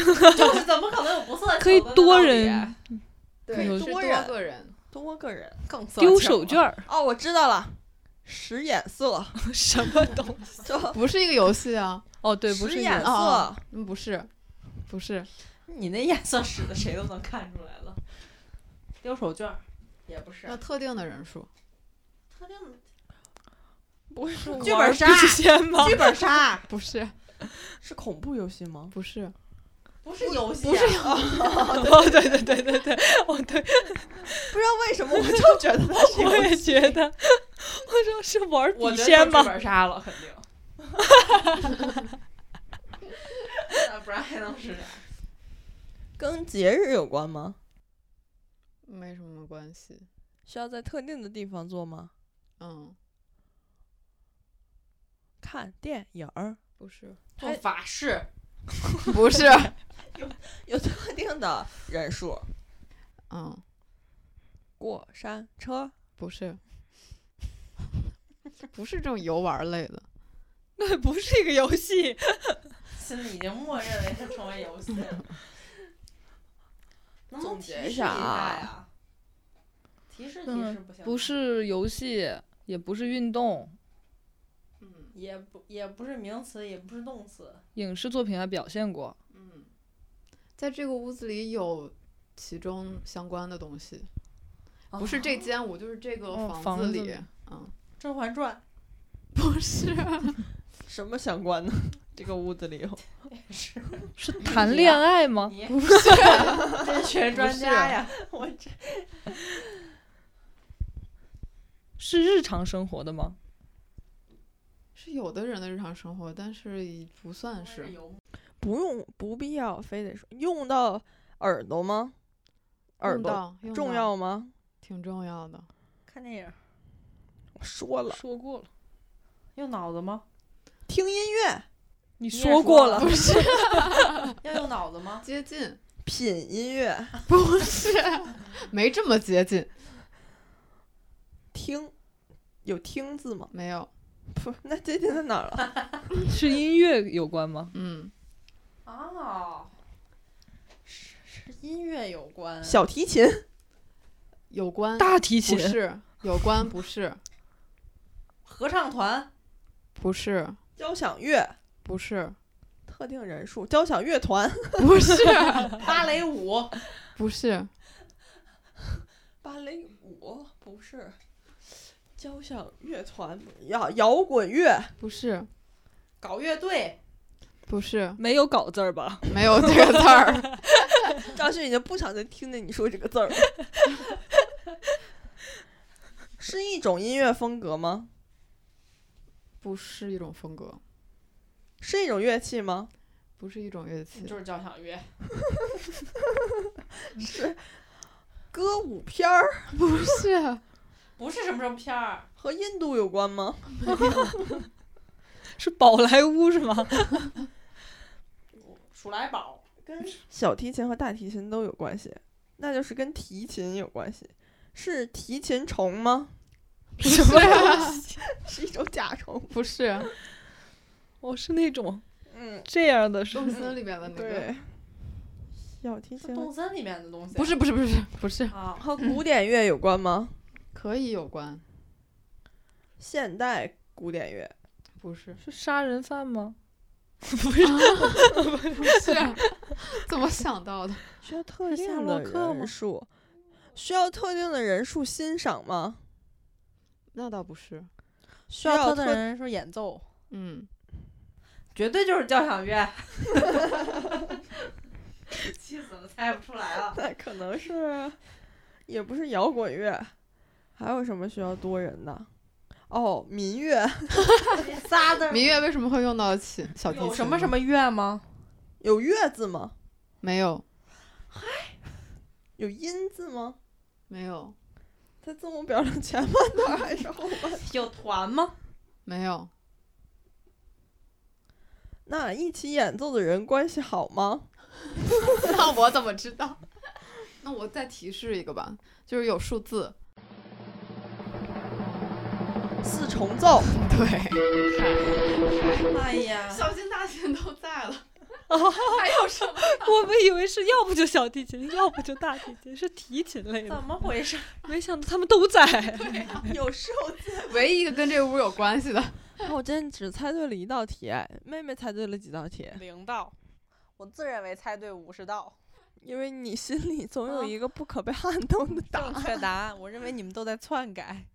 S1: 是怎么可能有不色情的呢？
S4: 可以多
S1: 到
S4: 人
S1: 底
S6: 对
S4: 有
S6: 是
S5: 多
S6: 多
S5: 人
S6: 个人，
S5: 多个人。
S1: 更色情了
S4: 丢手绢儿？
S5: 哦，我知道了，使眼色，
S4: 什么东西？
S5: 就
S6: 不是一个游戏啊，
S4: 哦，对，不
S5: 使
S4: 是
S5: 眼
S4: 眼，
S5: 色
S6: 哦，嗯不是，不是，
S1: 你那眼色使的谁都能看出来了。丢手绢儿也不是
S6: 要，特定的人数，
S1: 特定的
S5: 不是
S1: 剧
S5: 玩
S1: 本
S5: 儿
S1: 杀，
S4: 必先吗？
S1: 剧本杀
S6: 不是，
S5: 是恐怖游戏吗？
S6: 不是，
S1: 不是游戏，啊
S6: 不是
S4: 哦，对对对对对，哦对，
S5: 不知道为什么 我就觉得它是
S4: 我
S5: 游
S4: 也
S5: 戏。
S4: 觉得，我说是玩
S1: 我
S4: 笔
S1: 觉得
S4: 仙
S1: 都剧
S4: 吗？
S1: 本杀了，肯定。那不然还能是啥？
S5: 跟节日有关吗？
S6: 没什么关系，
S5: 需要在特定的地方做吗？
S6: 嗯，
S5: 看电影儿
S6: 不是，
S5: 哎
S1: 做法事，
S6: 不是，
S5: 有特定的人数，
S6: 嗯，
S5: 过山车
S6: 不是，不是这种游玩类的，
S4: 那不是一个游戏，
S1: 心里已经默认为它成为游戏了。能不能
S5: 总
S1: 提
S5: 结
S1: 示
S5: 一
S1: 一
S5: 下啊
S1: 呀？提示提
S4: 嗯
S1: 示不行吗，
S4: 不是游戏，也不是运动，
S6: 嗯
S1: 也不也不是名词，也不是动词，
S4: 影视作品还表现过。
S6: 嗯，在这个屋子里有其中相关的东西，不是这间屋，就是这个
S4: 哦
S6: 房
S4: 房
S6: 子
S4: 子
S6: 里
S4: 里，
S6: 嗯，
S1: 《甄嬛传
S6: 不是，
S5: 什么相关呢？ 这个屋子里有。
S4: 是谈恋爱吗？
S2: 你不是甄选专
S3: 啊
S2: 家呀，我这
S4: 是日常生活的吗？
S6: 是有的人的日常生活，但是也不算是。
S5: 不用不必要非得说用到耳朵吗？耳
S6: 用
S5: 朵
S6: 到用
S5: 重
S6: 到
S5: 要吗？
S6: 挺重要的。
S1: 看电影
S5: 我说了，
S4: 说过了，
S2: 用脑子吗？
S5: 听音乐、
S4: 你
S1: 也
S4: 说
S1: 说
S4: 过了，
S2: 要用脑子吗？
S6: 接近
S5: 品音乐、
S6: 不是，没这么接近，
S5: 听，有听字吗？
S6: 没有。
S5: 不， 那接近在哪儿了？
S4: 是音乐有关吗？
S6: 嗯，
S2: 啊，
S1: 是音乐有关，
S5: 小提琴、
S6: 有 关
S4: 大提琴
S6: 不是，有关不是，
S2: 合唱团
S6: 不是，
S5: 交响乐、
S6: 不 是，
S5: 特定人数、交响乐团、
S6: 不是，
S2: 芭蕾舞
S6: 不是，
S5: 芭蕾舞不是，交响乐团不是摇摇滚乐，
S6: 不是，
S2: 搞乐队
S6: 不是，
S4: 没有“搞”字儿吧？
S6: 没有这个字儿。
S5: 当时已经不想再听见你说这个字儿了。是一种音乐风格吗？
S6: 不是一种风格，
S5: 是一种乐器吗？
S6: 不是一种乐器，
S2: 就是交响乐，
S5: 歌舞片儿
S6: 不 是，
S2: 不是什么什么片儿，
S5: 和印度有关吗？
S4: 是宝莱坞是吗？
S2: 鼠来宝
S5: 跟小提琴和大提琴都有关系，那就是跟提琴有关系。是提琴虫吗？
S6: 什么呀？
S5: 是一种甲虫。
S6: 不是，
S4: 哦，是那种
S5: 嗯，
S4: 这样的，是
S6: 动森里面的那个，
S5: 对。小提
S2: 是
S5: 琴
S2: 动森里面的东西，
S6: 不是，不是，不是，不是，
S2: 啊，
S5: 和古典乐有关吗？
S6: 可以有关，
S5: 现代古典乐
S6: 不是，
S4: 是杀人犯吗？
S6: 不是， 怎么想到的？
S5: 需要特定
S4: 洛
S5: 的
S4: 克吗
S5: 人数，需要特定的人数欣赏吗？
S6: 那倒不是，
S1: 需
S5: 需要
S1: 要特
S5: 特
S1: 定人说演奏，
S6: 嗯，
S2: 绝对就是交响 乐。 气死了，猜不出来了。
S5: 那 可能是，也不是摇滚乐，还有什么需要多人的？哦，民乐
S2: 仨字儿
S6: 民乐为什么会用到起小提琴？
S2: 有什么什？么乐吗？
S5: 有乐字吗？
S6: 没有，
S5: 有音字吗？
S6: 没有，
S5: 在字母表上前半段还是后半段？
S2: 有团吗？
S6: 没有，
S5: 那一起演奏的人关系好吗？
S6: 那我怎么知道？ 那我再提示一个吧，就是有数字。
S5: 四重奏，
S6: 对，
S2: 哎 呀，
S6: 小心大琴都在了， 还有什么？
S4: 我们以为是要不就小提琴，要不就大提琴，是提琴类的
S2: 怎，么回事？
S4: 没想到他们都在。
S5: 有数字。
S6: 唯一一个跟这屋有关系的，
S5: 我今天只猜对了一道题，哎妹妹猜对了几道题？
S1: 零道，我自认为猜对五十 道，
S5: 因为你心里总有一个不可被撼动的答
S1: 正确答案，我认为你们都在篡 改，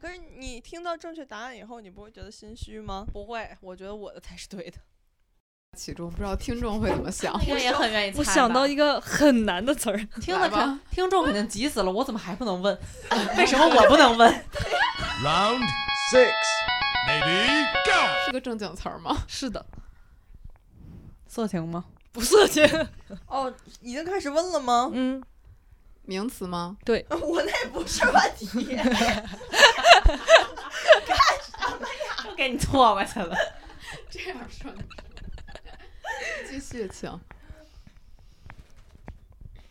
S5: 可是你听到正确答案以后，你不会觉得心虚吗？
S1: 不会，我觉得我的才是对的，
S6: 其中不知道听众会怎么 想。
S2: 应该也很愿意猜吧。
S4: 我想到一个很难的词儿，
S2: 听了
S6: 来吧
S2: 肯听众肯定急死了，我怎么还不能问？为什么我不能问？
S7: Round six. Maybe go.
S6: 是个正经词儿吗？
S1: 是的，
S2: 色情 吗？
S4: 不色情。
S5: 哦， 已经开始问 了吗？
S4: 嗯，
S6: 名词吗？
S5: 我那不是问题，
S2: 又给你错过去了。
S6: 这样说。 继续，请。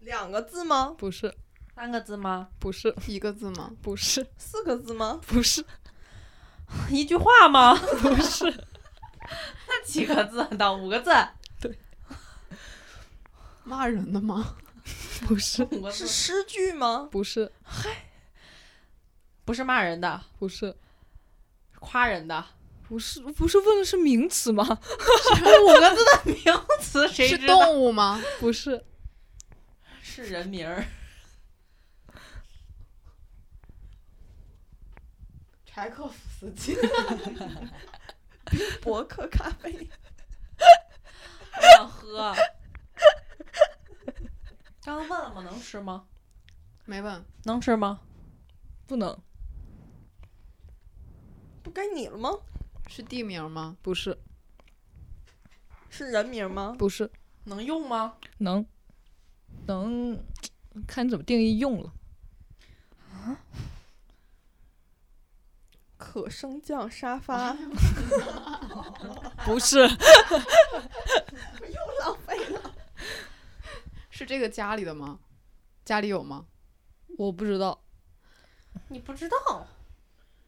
S5: 两个字吗？
S4: 不是，
S2: 三个字吗？
S4: 不是，
S6: 一个字吗？
S4: 不是，
S5: 四个字吗？
S4: 不是，
S2: 一句话吗？
S4: 不是，
S2: 那几个字到五个字，
S6: 骂人的吗？
S4: 不是，
S2: 五个
S5: 是
S2: 字
S5: 诗句吗？
S4: 不是，
S2: 不是骂人的，
S4: 不是，
S2: 是夸人的。
S4: 不是，不是问的是名词吗？
S2: 五个字的名词谁
S6: 是
S2: 知道？
S6: 动物吗？
S4: 不是，
S2: 是人名儿。
S6: 柴可夫斯基。
S5: 博客咖啡。
S1: 我想喝。刚刚问了吗？能吃吗？
S6: 没问，
S1: 能吃吗？
S4: 不能，
S5: 不该你了吗？
S6: 是地名吗？
S4: 不是，
S5: 是人名吗？
S4: 不是，
S1: 能用吗？
S4: 能，能，看你怎么定义用了。
S5: 可升降沙
S1: 啊
S5: 发，
S4: 不是，
S6: 是这个家里的吗？家里有吗？
S4: 我不知道，
S1: 你不知道？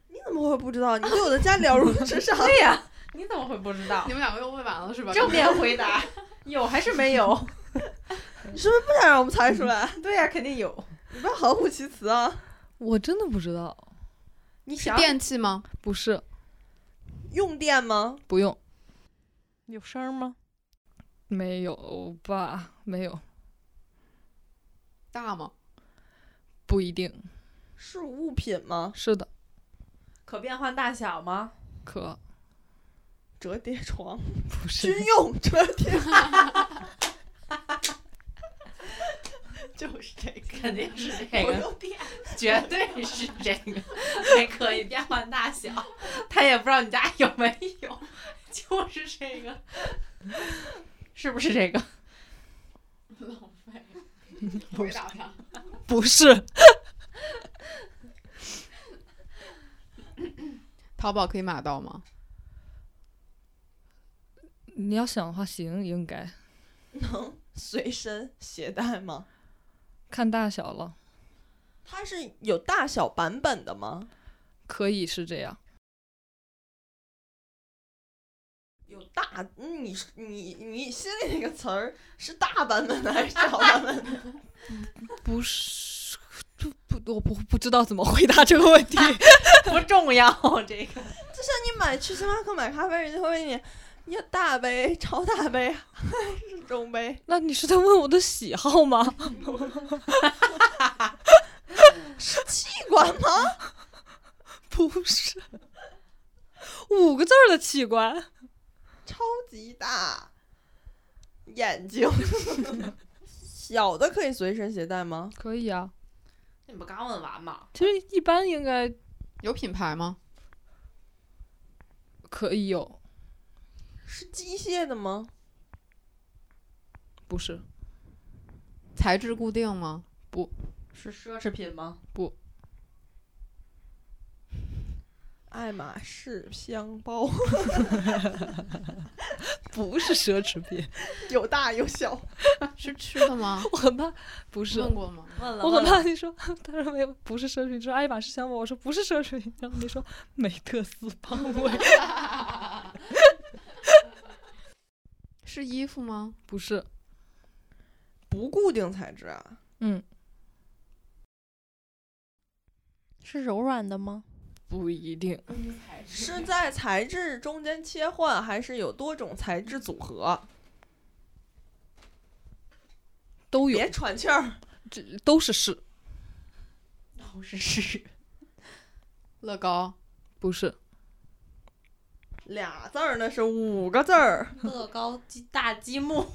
S5: 你怎么会不知道？你对我的家了如指 掌。
S1: 对呀、你怎么会不知道
S6: 你？们两个又问完了是吧？
S1: 正面回答， 有还是没有？
S5: 你是不是不想让我们猜出来？
S1: 对呀、肯定有。
S5: 你不要含糊其辞啊！
S4: 我真的不知道，
S1: 你
S6: 是
S1: 想
S6: 电器吗？
S4: 不是，
S5: 用电吗？
S4: 不用，
S1: 有声儿吗？
S4: 没有吧？没有，
S6: 大吗？
S4: 不一定
S5: 是物品吗？
S4: 是的，
S1: 可变换大小吗？
S4: 可
S5: 折叠床，
S4: 不
S5: 军
S4: 是，
S5: 用折叠。
S2: 就是这个，
S1: 肯定是这
S2: 不
S1: 个，
S2: 用电，
S1: 绝对是这个，还可以变换大小。他也不知道你家有没有，就是这个，是不是这个？
S6: 浪 费，回答他。
S4: 不是，
S6: 淘宝可以买到吗？
S4: 你要想的话，行，应该
S5: 能随身携带吗？
S4: 看大小了，
S5: 它是有大小版本的吗？
S4: 可以是这样，
S5: 有大，嗯你是你你心里那个词儿是大版本的还是小版本 的？
S4: 不是，不不，我不不知道怎么回答这个问题，
S1: 不重要，这个
S5: 你买去星巴克买咖啡，人家会问你要大杯、超大杯 还是中杯？
S4: 那你是在问我的喜好吗？
S5: 气管吗？
S4: 不是，五个字儿的器官，
S5: 超级大，眼睛 小的可以随身携带吗？
S4: 可以啊。
S1: 你不刚问完吗？
S4: 其实一般应该
S6: 有品牌吗？
S4: 可以有，
S5: 是机械的吗？
S4: 不是
S6: 材质固定吗？
S1: 是奢侈品吗？
S5: 爱马仕香包
S4: 不是奢侈品，
S5: 有大有小，
S6: 是吃的吗？
S4: 我很怕不是，
S6: 问过吗？
S1: 问了，
S4: 我
S1: 问
S4: 很怕
S1: 了，
S4: 你说他说没有不是奢侈品，说爱马仕香包，我说不是奢侈品，然后你说美特斯邦威，
S6: 是衣服吗？
S4: 不是，
S5: 不固定材质啊，
S4: 嗯，
S1: 是柔软的吗？
S4: 不一定，
S5: 是在材质中间切换，还是有多种材质组合？
S4: 都有，
S5: 别喘气儿，
S4: 这都是是，
S1: 都是是
S6: 乐高
S4: 不是
S5: 俩字儿那是五个字儿，
S1: 乐高积大积木，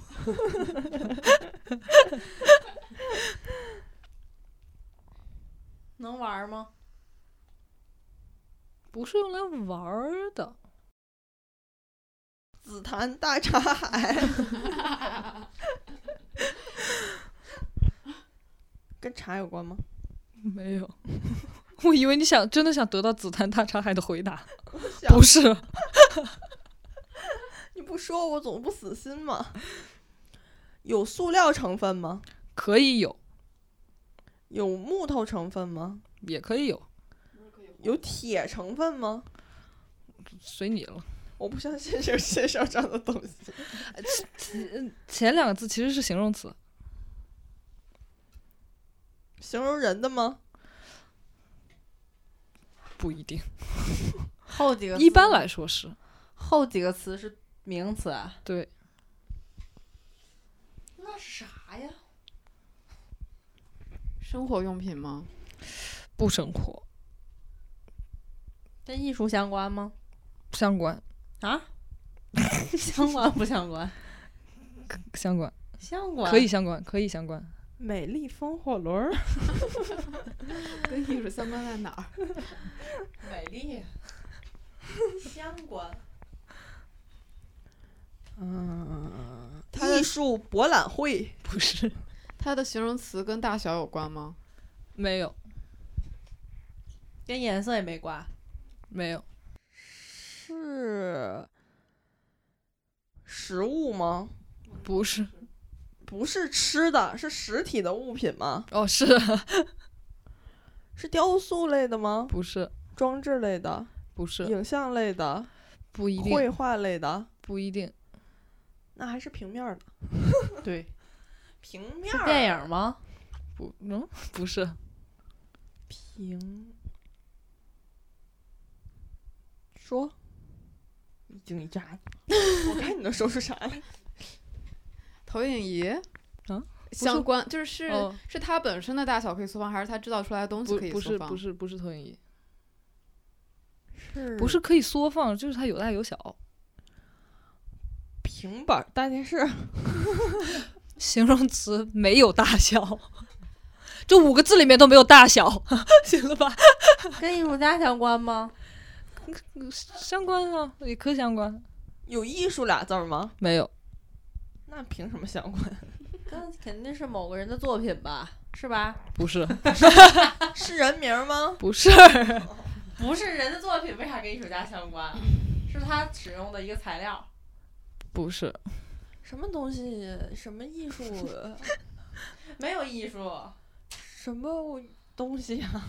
S1: 能玩吗？
S4: 不是用来玩儿的，
S5: 紫檀大茶海，跟茶有关吗？
S4: 没 有，我以为你想真的想得到紫檀大茶海的回答，
S5: 想
S4: 不是，
S5: 你不说我总不死心嘛。有塑料成分吗？
S4: 可以有，
S5: 有木头成分吗？
S4: 也可以有，
S5: 有铁成分吗？
S4: 随你了。
S5: 我不相信这世界上这样的东西。
S4: 嗯前两个字其实是形容词，
S5: 形容人的吗？
S4: 不 一定，
S1: 后几个
S4: 一般来说是
S1: 后几个词是名词啊？
S4: 对，
S1: 那是啥呀？
S6: 生活用品吗？
S4: 不生活
S1: 跟艺术相关吗？
S4: 相关，
S1: 啊？相关不相关？
S4: 相关
S1: 相关
S4: 可以相关可以相关，
S5: 美丽风火轮儿，
S6: 跟艺术相关在哪儿？
S1: 美丽，相关
S5: 嗯，
S6: 它
S5: 艺
S6: 的
S5: 术博览会
S4: 不是
S6: 它的形容词跟大小有关吗？
S4: 没有
S1: 跟颜色也没关。
S4: 没有
S5: 是食物吗？
S4: 不是
S5: 不是吃的，是实体的物品吗？
S4: 哦是
S5: 是雕塑类的吗？
S4: 不是
S5: 装置类的、
S4: 不是
S5: 影像类的、
S4: 不一定
S5: 绘画类的，
S4: 不一定
S5: 那还是平面儿的。
S1: 对，
S5: 平面
S1: 是
S5: 儿啊
S1: 电影吗？
S4: 不嗯不是
S5: 平。说，一惊一乍， 我看你能说出啥来。
S6: 投影仪？
S4: 啊，
S6: 相关就是是、
S4: 哦
S6: 是它本身的大小可以缩放，还是它制造出来的东西
S4: 不
S6: 可以
S4: 不
S6: 缩
S4: 是
S6: 放？
S4: 不是不是投影仪
S5: 是
S4: 不是可以缩放就是它有大有小
S5: 平板儿大电视？
S4: 形容词没有大小， 这五个字里面都没有大小，行了吧？
S1: 跟艺术家相关吗？
S6: 嗯
S4: 相关啊，也可相关，
S5: 有艺术俩字儿吗？
S4: 没有
S5: 那凭什么相关？
S1: 跟肯定是某个人的作品吧，是吧？
S4: 不 是
S5: 是人名儿吗？
S4: 不是
S1: 不是人的作品，为啥跟艺术家相关？是他使用的一个材料。
S4: 不是
S5: 什么东西？什么艺术？
S1: 没有艺术，
S5: 什么东西啊？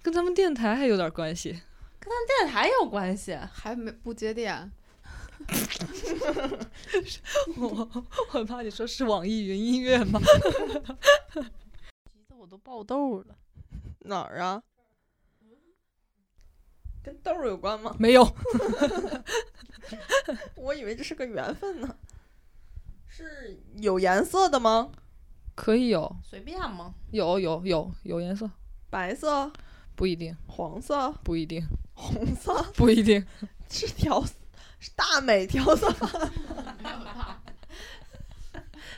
S4: 跟咱们电台还有点关系，
S1: 电台有关系。啊
S6: 还没不接电？
S4: 我很怕你说是网易云音乐吗？
S1: 急得我都爆痘了。
S5: 哪儿啊？跟豆儿有关吗？
S4: 没有，
S5: 我以为这是个缘分呢。是有颜色的吗？
S4: 可以有
S1: 随便吗？
S4: 有有有有颜色，
S5: 白色、
S4: 不一定
S5: 黄色、
S4: 不一定
S5: 红色，
S4: 不一定，
S5: 是调是大美调色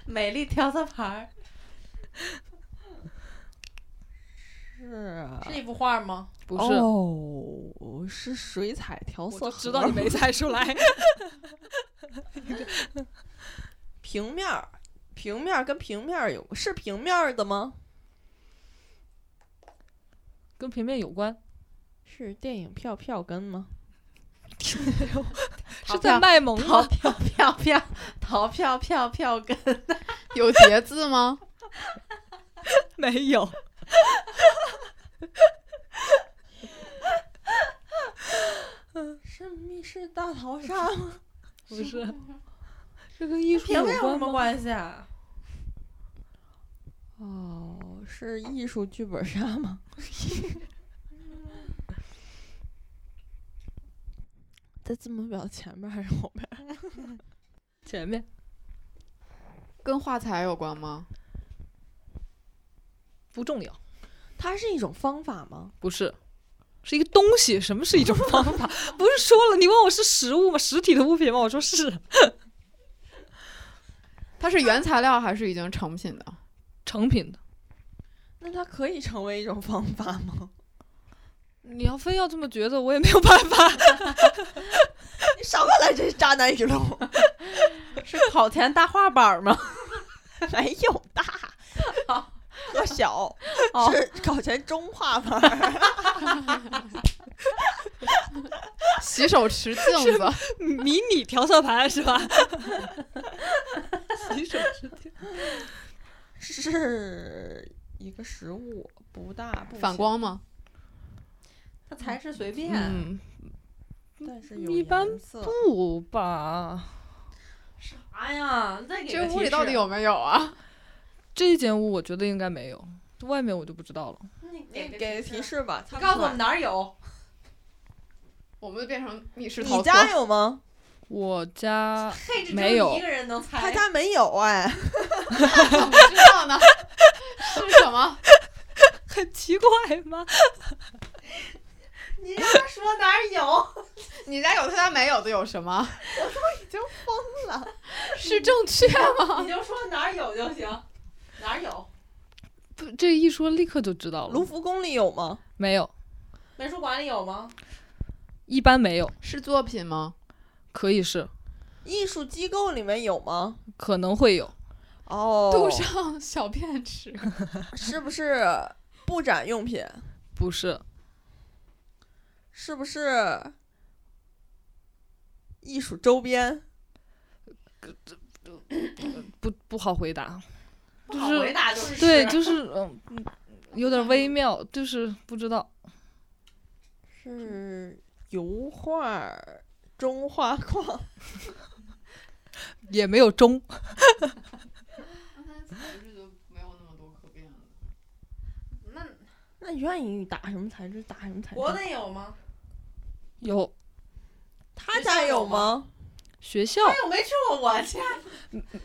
S1: 美丽调色盘儿
S5: 是啊
S1: 是一幅画吗？
S4: 不是。
S5: 哦，是水彩调
S4: 我
S5: 色
S4: 就
S5: 盒，
S4: 知道你没猜出 来，
S5: 平面儿，平面儿跟平面儿有是平面儿的吗？
S4: 跟平面有关，
S5: 是电影票票根吗？
S4: 是在卖萌 吗？
S1: 票票逃票票票根
S6: 有 叠字吗？
S4: 没有，
S5: 是密室大逃杀 吗？
S4: 不是，这跟艺术
S1: 平
S4: 有
S1: 面有什
S4: 关
S1: 么
S4: 吗？
S1: 关系啊？
S5: 哦，是艺术剧本杀吗？ 在字母表前面还是后面？
S4: 前面
S6: 跟画材有关吗？
S4: 不重要，
S5: 它是一种方法吗？
S4: 不是，是一个东西。什么是一种方法？ 不是说了，你问我是实物吗？实体的物品吗？我说是
S6: 它是原材料还是已经成品的？
S4: 成品的。
S5: 那它可以成为一种方法吗？
S4: 你要非要这么觉得，我也没有办法。
S5: 你少过来这渣男语录！
S1: 是考前大画板 吗？
S5: 没有 大和小，
S1: 哦
S5: 是考前中画吧？
S6: 洗手池镜子，
S4: 迷你调色盘是吧？洗手池垫
S5: 是一个实物，不大不
S6: 反
S5: 小，
S6: 光吗？
S1: 它材质随便，
S4: 嗯，
S5: 但是有
S4: 一般
S5: 颜色
S4: 不吧？
S1: 哎呀，你再给
S6: 这
S1: 个
S6: 屋
S1: 提
S6: 里到
S1: 示
S6: 底？有没有啊？
S4: 这间屋我觉得应该没有，外面我就不知道了。
S1: 你
S5: 你
S1: 个
S5: 给提，示吧，
S1: 你
S5: 他
S1: 告诉我们哪儿有？
S6: 我们就变成密室
S5: 你
S6: 逃脱。
S5: 家有吗？
S4: 我家
S1: 嘿，这只
S4: 没有
S1: 你一个人能猜。
S5: 他 家没有哎，
S6: 怎么知道呢？ 是什么？
S4: 很奇怪吗？
S1: 你让他说哪儿有？
S6: 你家有他家没有的有什么？
S4: 是正确吗？
S1: 你就说哪儿有就行，哪儿有。
S4: 不，这一说立刻就知道
S5: 卢
S4: 了。
S5: 浮宫里有吗？
S4: 没有，
S1: 美术馆里有吗？
S4: 一般没有，
S6: 是作品吗？
S4: 可以是，
S5: 艺术机构里面有吗？
S4: 可能会有。
S5: 哦，
S6: 杜尚小便 池，
S5: 是不是布展用品？
S4: 不是，
S5: 是不是艺术周边？
S4: 不不好回答。
S1: 不好回答就是 啊
S4: 对，就是嗯，嗯有点微妙，就是不知道。
S5: 是油画儿、中画框、
S4: 也没有中，
S6: 刚才材质就没有那么多可变的。
S1: 那
S5: 那愿意打什么材质打什么材
S1: 国
S5: 质？
S1: 内有吗？
S4: 有
S5: 他家有吗？
S4: 学校
S1: 哎呦，没去过我家，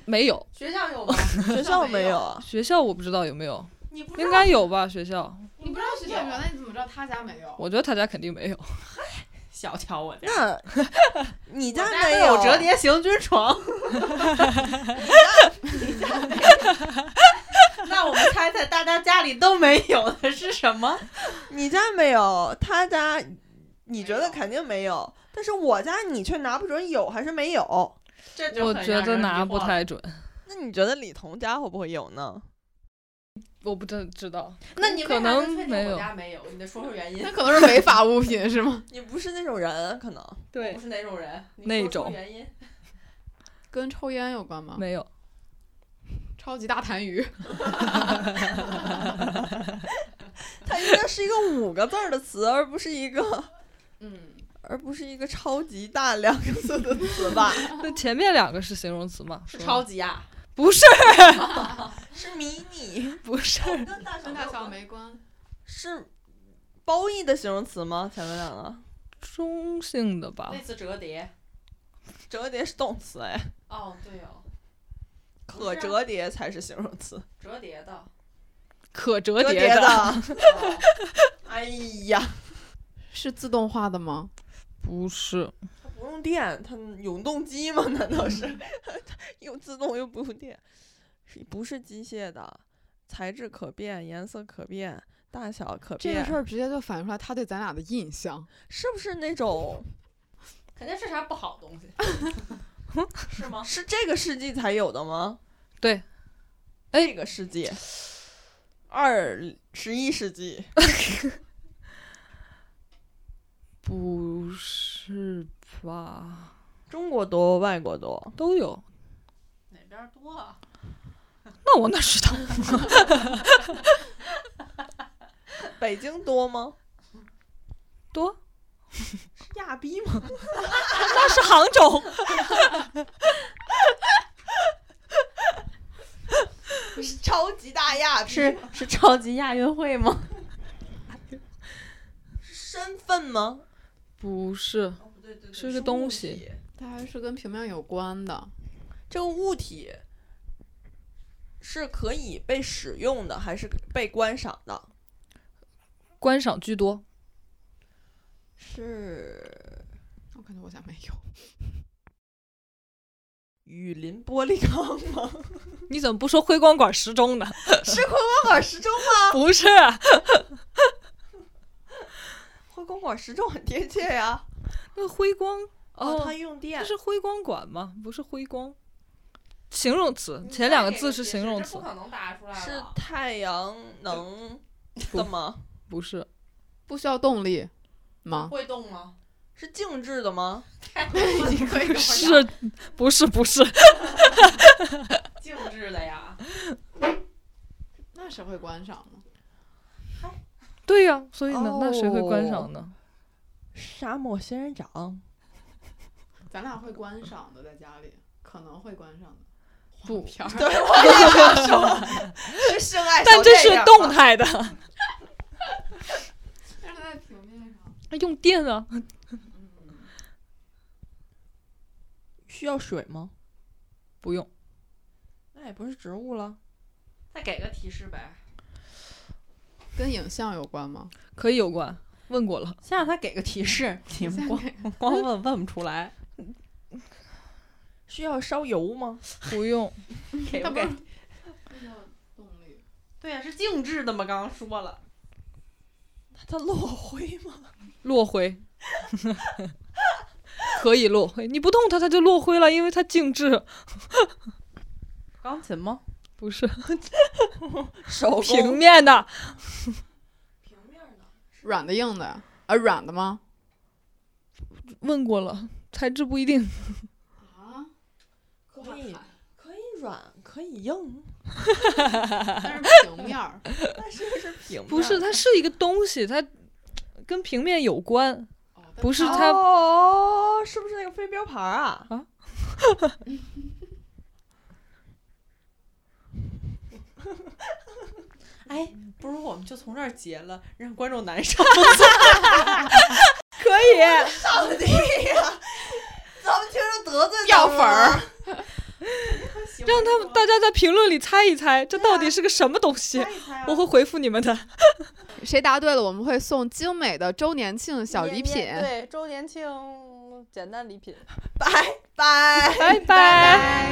S4: 没有？
S1: 学校有吗？
S5: 学校没有。啊。
S4: 学校我不知道有没有，
S1: 你不知
S4: 应
S1: 道
S4: 该有吧？学校，
S6: 你不知道学校有，那你怎么知道他家没有？
S4: 我觉得他家肯定没有。
S1: 小瞧我家，
S5: 那你家
S1: 家
S5: 没
S1: 都有
S5: 啊
S1: 折叠行军床。 那我们猜猜大家家里都没有的是什么？
S5: 你家没有，他家你觉
S6: 没
S5: 得
S6: 有
S5: 肯定没有，但是我家你却拿不准有还是没有。
S1: 这就
S4: 我
S1: 很
S4: 觉
S1: 让
S4: 得
S1: 人
S4: 拿
S1: 疑惑
S4: 不
S1: 了。
S4: 太准，
S5: 那你觉得李彤家会不会有呢？
S4: 我不真知道。
S1: 那你为啥
S4: 可能
S1: 就确定
S4: 没有
S1: 我家没有，你得说说原因
S6: 那。可能是违法物品是吗？
S5: 你不是那种人，啊 可能
S1: 我
S4: 对
S1: 不，是哪种人，你
S4: 那
S1: 说说
S4: 种
S1: 原因。
S6: 跟抽烟有关吗？
S4: 没有。
S6: 超级大痰盂，
S5: 它应该是一个五个字儿的词，而不是一个
S6: 嗯，
S5: 而不是一个超级大两个字的词吧？
S4: 那前面两个是形容词吗？
S1: 是
S4: 说
S1: 超级 啊！
S4: 不是
S5: 是迷你，
S4: 不是，
S5: 跟大
S6: 跟大小没关。
S5: 是褒义的形容词吗？前面两个
S4: 中性的吧
S1: 那？次折叠，
S5: 折叠是动词哎，
S1: 哦对 哦，
S4: 啊
S5: 可折叠才是形容词，
S1: 折叠的。
S4: 可折
S5: 折
S4: 叠
S5: 叠
S4: 的
S5: 的。
S1: 哦
S5: 哎呀，
S6: 是自动化的吗？
S4: 不是，
S5: 它不用电，它永动机吗？难道是
S4: 嗯
S5: 又自动又不用电？是不是机械的？材质可变，颜色可变，大小可
S6: 这
S5: 变。
S6: 个事儿直接就反映出来他对咱俩的印象。
S5: 是不是那种
S1: 肯定是啥不好东西，是吗？
S5: 是这个世纪才有的吗？
S4: 啊对，哎
S5: 这个 世纪，二十一世纪，
S4: 不是吧？
S5: 中国多，外国多。
S4: 都有。
S1: 哪边儿多啊？
S4: 那我哪知道？
S5: 北京多吗？
S4: 多
S5: 是亚逼吗？
S4: 那是杭州，
S5: 是超级大亚逼吗
S1: 是超级亚运会吗？
S5: 是身份吗？
S4: 不是，
S1: 哦，不对对对，
S4: 是个东西。，
S6: 它还是跟平面有关的，
S5: 这个物体是可以被使用的，还是被观赏的？
S4: 观赏居多。
S5: 是
S6: 我感觉我家没有。
S5: 雨林玻璃缸吗？
S4: 你怎么不说辉光馆时钟呢？
S5: 是回光馆时钟吗？
S4: 不是，
S5: 回光馆时钟很贴切呀。
S4: 那辉光
S5: 哦，
S4: 哦
S5: 它用电
S4: 不。是辉光馆吗？不是辉光，形容词，前两个字是形容
S1: 这
S4: 词
S1: 不，可能答出来了
S5: 是太阳能
S4: 不
S5: 的吗？
S4: 不是
S6: 不需要动力 吗？
S1: 会动吗？
S5: 是静置的吗？
S1: 你可以
S4: 是，不是不是，
S1: 静置的呀，
S6: 那谁会观赏呢？
S4: 对呀、所以呢，
S5: 哦
S4: 那谁会观赏呢？
S5: 沙漠仙人掌
S6: 咱俩会观赏的，在家里可能会观赏的。
S4: 不
S6: 片 儿，
S5: 是 深爱
S4: 但
S5: 小
S4: 这
S5: 电
S4: 是
S5: 影吗啊
S4: 动态 的，
S6: 但是在平面上，
S4: 用电啊，
S6: 嗯，
S5: 需要水吗？
S4: 不用，
S5: 那也不是植物了，
S1: 再给个提示呗。
S6: 跟影像有关吗？
S4: 可以有关，问过了，
S1: 先让他给个提示，你们光光问问不出来。需要烧油吗？
S4: 不用。
S1: 给
S6: 他
S1: 不
S6: 不
S1: 给
S6: 是？动力
S1: 对啊呀、是静置的嘛，刚刚说了。
S5: 它落灰吗？
S4: 落灰， 可以落灰，你不动它，它就落灰了，因为它静置，
S1: 钢琴吗？
S4: 不是
S5: 手
S4: 平
S5: 工
S4: 面的。
S6: 软的硬的啊，软的吗？
S4: 问过了，材质不一 定。
S6: 啊，可
S5: 可 以可以软可以硬，
S6: 但是平面儿，
S5: 但是是平面
S4: 不是，它是一个东西，它跟平面有关，不是它
S5: 哦，是不是那个飞镖牌儿啊？
S4: 啊
S1: 哎，不如我们就从这儿结了，让观众难受。
S5: 可以，上帝呀！咱们听着得罪掉粉儿，
S4: 让他 们大家在评论里猜一猜，这到
S5: 啊
S4: 底是个什么东西？我会回复你们的。
S6: 谁答对了，我们会送精美的周年庆小礼品。
S4: 对，周年庆简单礼品。
S5: 啊拜拜。
S4: 拜拜。